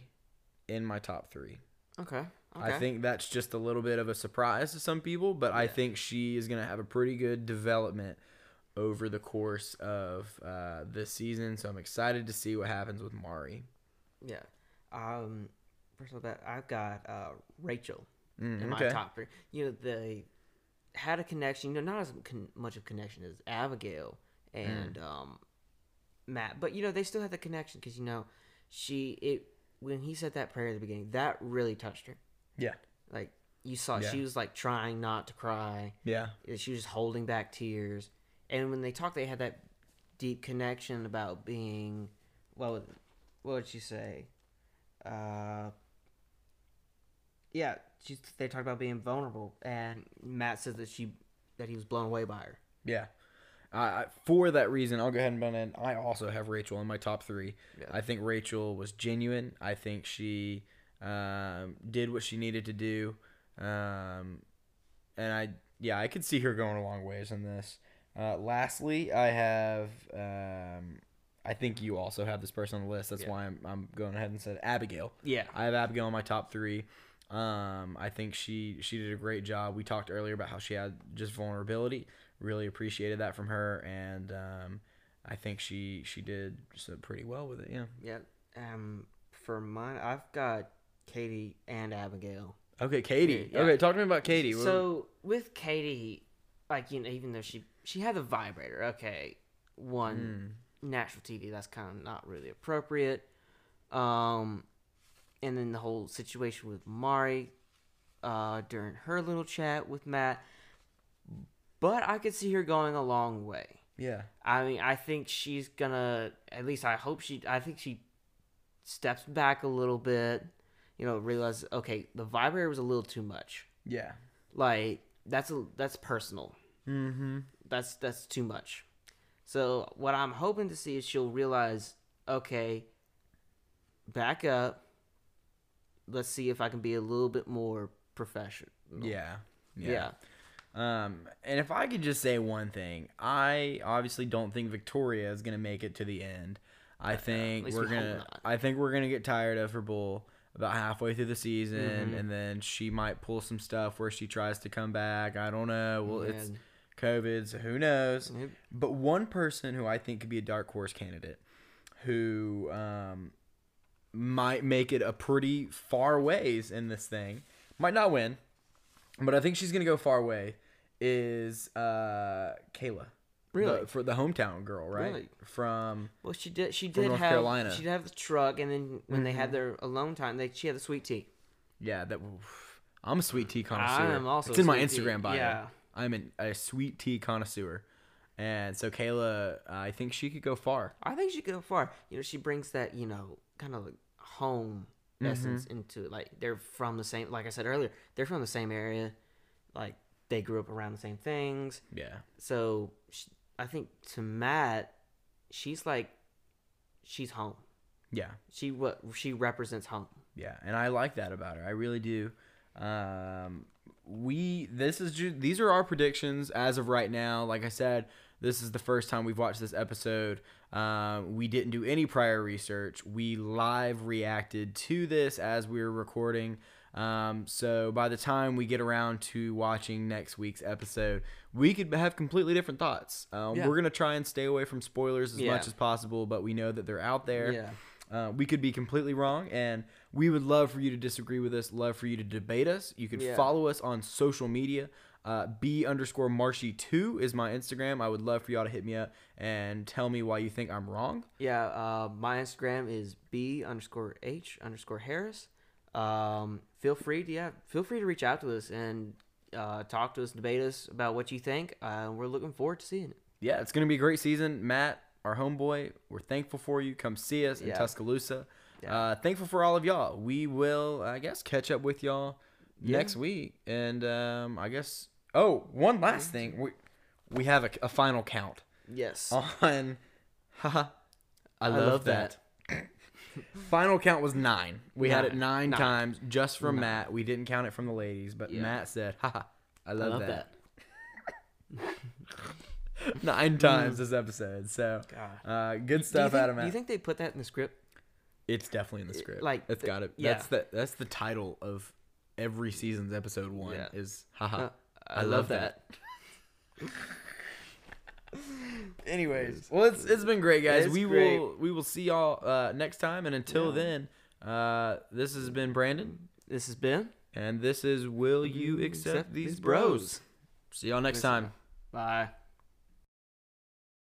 [SPEAKER 1] in my top three.
[SPEAKER 2] Okay.
[SPEAKER 1] I think that's just a little bit of a surprise to some people, but I think she is going to have a pretty good development over the course of uh, this season. So I'm excited to see what happens with Mari.
[SPEAKER 2] Yeah. Um, personal bet. I've got uh, Rachel
[SPEAKER 1] Mm,
[SPEAKER 2] in my
[SPEAKER 1] okay.
[SPEAKER 2] top three. You know, they had a connection. You know, not as con- much of a connection as Abigail
[SPEAKER 1] Mm.
[SPEAKER 2] and um, Matt, but you know, they still had the connection because you know, she it when he said that prayer at the beginning, that really touched her.
[SPEAKER 1] Yeah.
[SPEAKER 2] Like you saw,
[SPEAKER 1] Yeah.
[SPEAKER 2] she was like trying not to cry.
[SPEAKER 1] Yeah.
[SPEAKER 2] Yeah, She was just holding back tears. And when they talked, they had that deep connection about being. What would, what would she say? Uh, yeah, she, they talked about being vulnerable, and Matt said that she that he was blown away by her.
[SPEAKER 1] Yeah. I I- for that reason, I'll go ahead and butt in. I also have Rachel in my top three.
[SPEAKER 2] Yeah.
[SPEAKER 1] I think Rachel was genuine. I think she um, did what she needed to do. Um, and I, yeah, I could see her going a long ways in this. Uh, lastly, I have, um, I think you also have this person on the list. That's
[SPEAKER 2] Yeah.
[SPEAKER 1] why I'm, I'm going ahead and said Abigail.
[SPEAKER 2] Yeah,
[SPEAKER 1] I have Abigail in my top three. Um, I think she she did a great job. We talked earlier about how she had just vulnerability. Really appreciated that from her, and um, I think she she did so pretty well with it. Yeah.
[SPEAKER 2] yeah. Um, for mine, I've got Katie and Abigail.
[SPEAKER 1] Okay, Katie.
[SPEAKER 2] Yeah, yeah.
[SPEAKER 1] Okay, talk to me about Katie. What-
[SPEAKER 2] So with Katie, like you know, even though she she had the vibrator, okay,
[SPEAKER 1] Mm.
[SPEAKER 2] one national TV, that's kind of not really appropriate. Um, and then the whole situation with Mari, uh, during her little chat with Matt, but I could see her going a long way.
[SPEAKER 1] yeah,
[SPEAKER 2] I mean, I think she's gonna. At least I hope she. I think she steps back a little bit. You know, realize okay, the vibrator was a little too much
[SPEAKER 1] yeah.
[SPEAKER 2] like that's a that's personal
[SPEAKER 1] Mm-hmm.
[SPEAKER 2] that's that's too much so what i'm hoping to see is she'll realize okay back up let's see if i can be a little bit more professional
[SPEAKER 1] Yeah.
[SPEAKER 2] yeah,
[SPEAKER 1] Um, and if I could just say one thing, I obviously don't think Victoria is gonna make it to the end. I think
[SPEAKER 2] least
[SPEAKER 1] we're
[SPEAKER 2] we hope
[SPEAKER 1] gonna.
[SPEAKER 2] not.
[SPEAKER 1] I think we're gonna get tired of her bull about halfway through the season,
[SPEAKER 2] Mm-hmm.
[SPEAKER 1] and then she might pull some stuff where she tries to come back. I don't know. Well, it's
[SPEAKER 2] Man.
[SPEAKER 1] COVID, so who knows?
[SPEAKER 2] Yep.
[SPEAKER 1] But one person who I think could be a dark horse candidate, who um, might make it a pretty far ways in this thing, might not win, but I think she's gonna go far way. Is uh, Kayla
[SPEAKER 2] Really?
[SPEAKER 1] The- for the hometown girl, right?
[SPEAKER 2] Really?
[SPEAKER 1] From
[SPEAKER 2] well she did she did
[SPEAKER 1] North
[SPEAKER 2] have
[SPEAKER 1] Carolina. Mm-hmm.
[SPEAKER 2] she did have the truck and then when they had their alone time they she had the sweet tea
[SPEAKER 1] yeah, that I'm a sweet tea connoisseur.
[SPEAKER 2] am also
[SPEAKER 1] it's in my
[SPEAKER 2] a sweet tea,
[SPEAKER 1] Instagram bio.
[SPEAKER 2] yeah.
[SPEAKER 1] I'm an, a sweet tea connoisseur, and so Kayla, I think she could go far.
[SPEAKER 2] I think she could go far. You know, she brings that, you know, kind of like home essence into it. Like they're from the same like I said earlier, they're from the same area. Like they grew up around the same things.
[SPEAKER 1] Yeah.
[SPEAKER 2] So sh I think to Matt, she's like she's home.
[SPEAKER 1] Yeah.
[SPEAKER 2] She what she represents home.
[SPEAKER 1] Yeah, and I like that about her. I really do. Um, we this is ju- these are our predictions as of right now. Like I said, this is the first time we've watched this episode. Um, we didn't do any prior research. We live reacted to this as we were recording. Um, so by the time we get around to watching next week's episode, we could have completely different thoughts. Um,
[SPEAKER 2] Yeah.
[SPEAKER 1] We're gonna try and stay away from spoilers as
[SPEAKER 2] Yeah.
[SPEAKER 1] much as possible, but we know that they're out there.
[SPEAKER 2] Yeah.
[SPEAKER 1] Uh, we could be completely wrong, and we would love for you to disagree with us, love for you to debate us. You could
[SPEAKER 2] Yeah.
[SPEAKER 1] follow us on social media. Uh, B underscore Marshy2 is my Instagram. I would love for y'all to hit me up and tell me why you think I'm wrong.
[SPEAKER 2] Yeah, uh, my Instagram is b underscore h underscore harris. Um, feel free to yeah, feel free to reach out to us and uh, talk to us, debate us about what you think. Uh, we're looking forward to seeing it.
[SPEAKER 1] Yeah, it's going to be a great season. Matt, our homeboy, we're thankful for you. Come see us in
[SPEAKER 2] Yeah.
[SPEAKER 1] Tuscaloosa. Uh, thankful for all of y'all. We will, I guess, catch up with y'all next week. And um, I guess, oh, one last thing. We, we have a, a final count.
[SPEAKER 2] Yes.
[SPEAKER 1] on haha I, love,
[SPEAKER 2] love
[SPEAKER 1] that. Final count was nine. We had it nine,
[SPEAKER 2] Nine. Nine.
[SPEAKER 1] times just from Matt. We didn't count it from the ladies, but
[SPEAKER 2] Yeah.
[SPEAKER 1] Matt said, haha, I love, that. Nine times this episode. So
[SPEAKER 2] Mm. God.
[SPEAKER 1] uh, good
[SPEAKER 2] Do you,
[SPEAKER 1] stuff
[SPEAKER 2] think,
[SPEAKER 1] out of
[SPEAKER 2] do
[SPEAKER 1] Matt.
[SPEAKER 2] you think they put that in the script?
[SPEAKER 1] It's definitely in the script.
[SPEAKER 2] like,
[SPEAKER 1] it's
[SPEAKER 2] the-
[SPEAKER 1] got it.
[SPEAKER 2] yeah.
[SPEAKER 1] That's the that's the title of every season's episode one
[SPEAKER 2] Yeah.
[SPEAKER 1] is haha.
[SPEAKER 2] Uh,
[SPEAKER 1] I, love, that. Anyways, well it's it's been great guys.
[SPEAKER 2] It's
[SPEAKER 1] we
[SPEAKER 2] great.
[SPEAKER 1] will we will see y'all uh, next time and until then, uh, this has been Brandon
[SPEAKER 2] This has been.
[SPEAKER 1] and this is Will You Accept These Bros. See y'all next time.
[SPEAKER 2] Bye.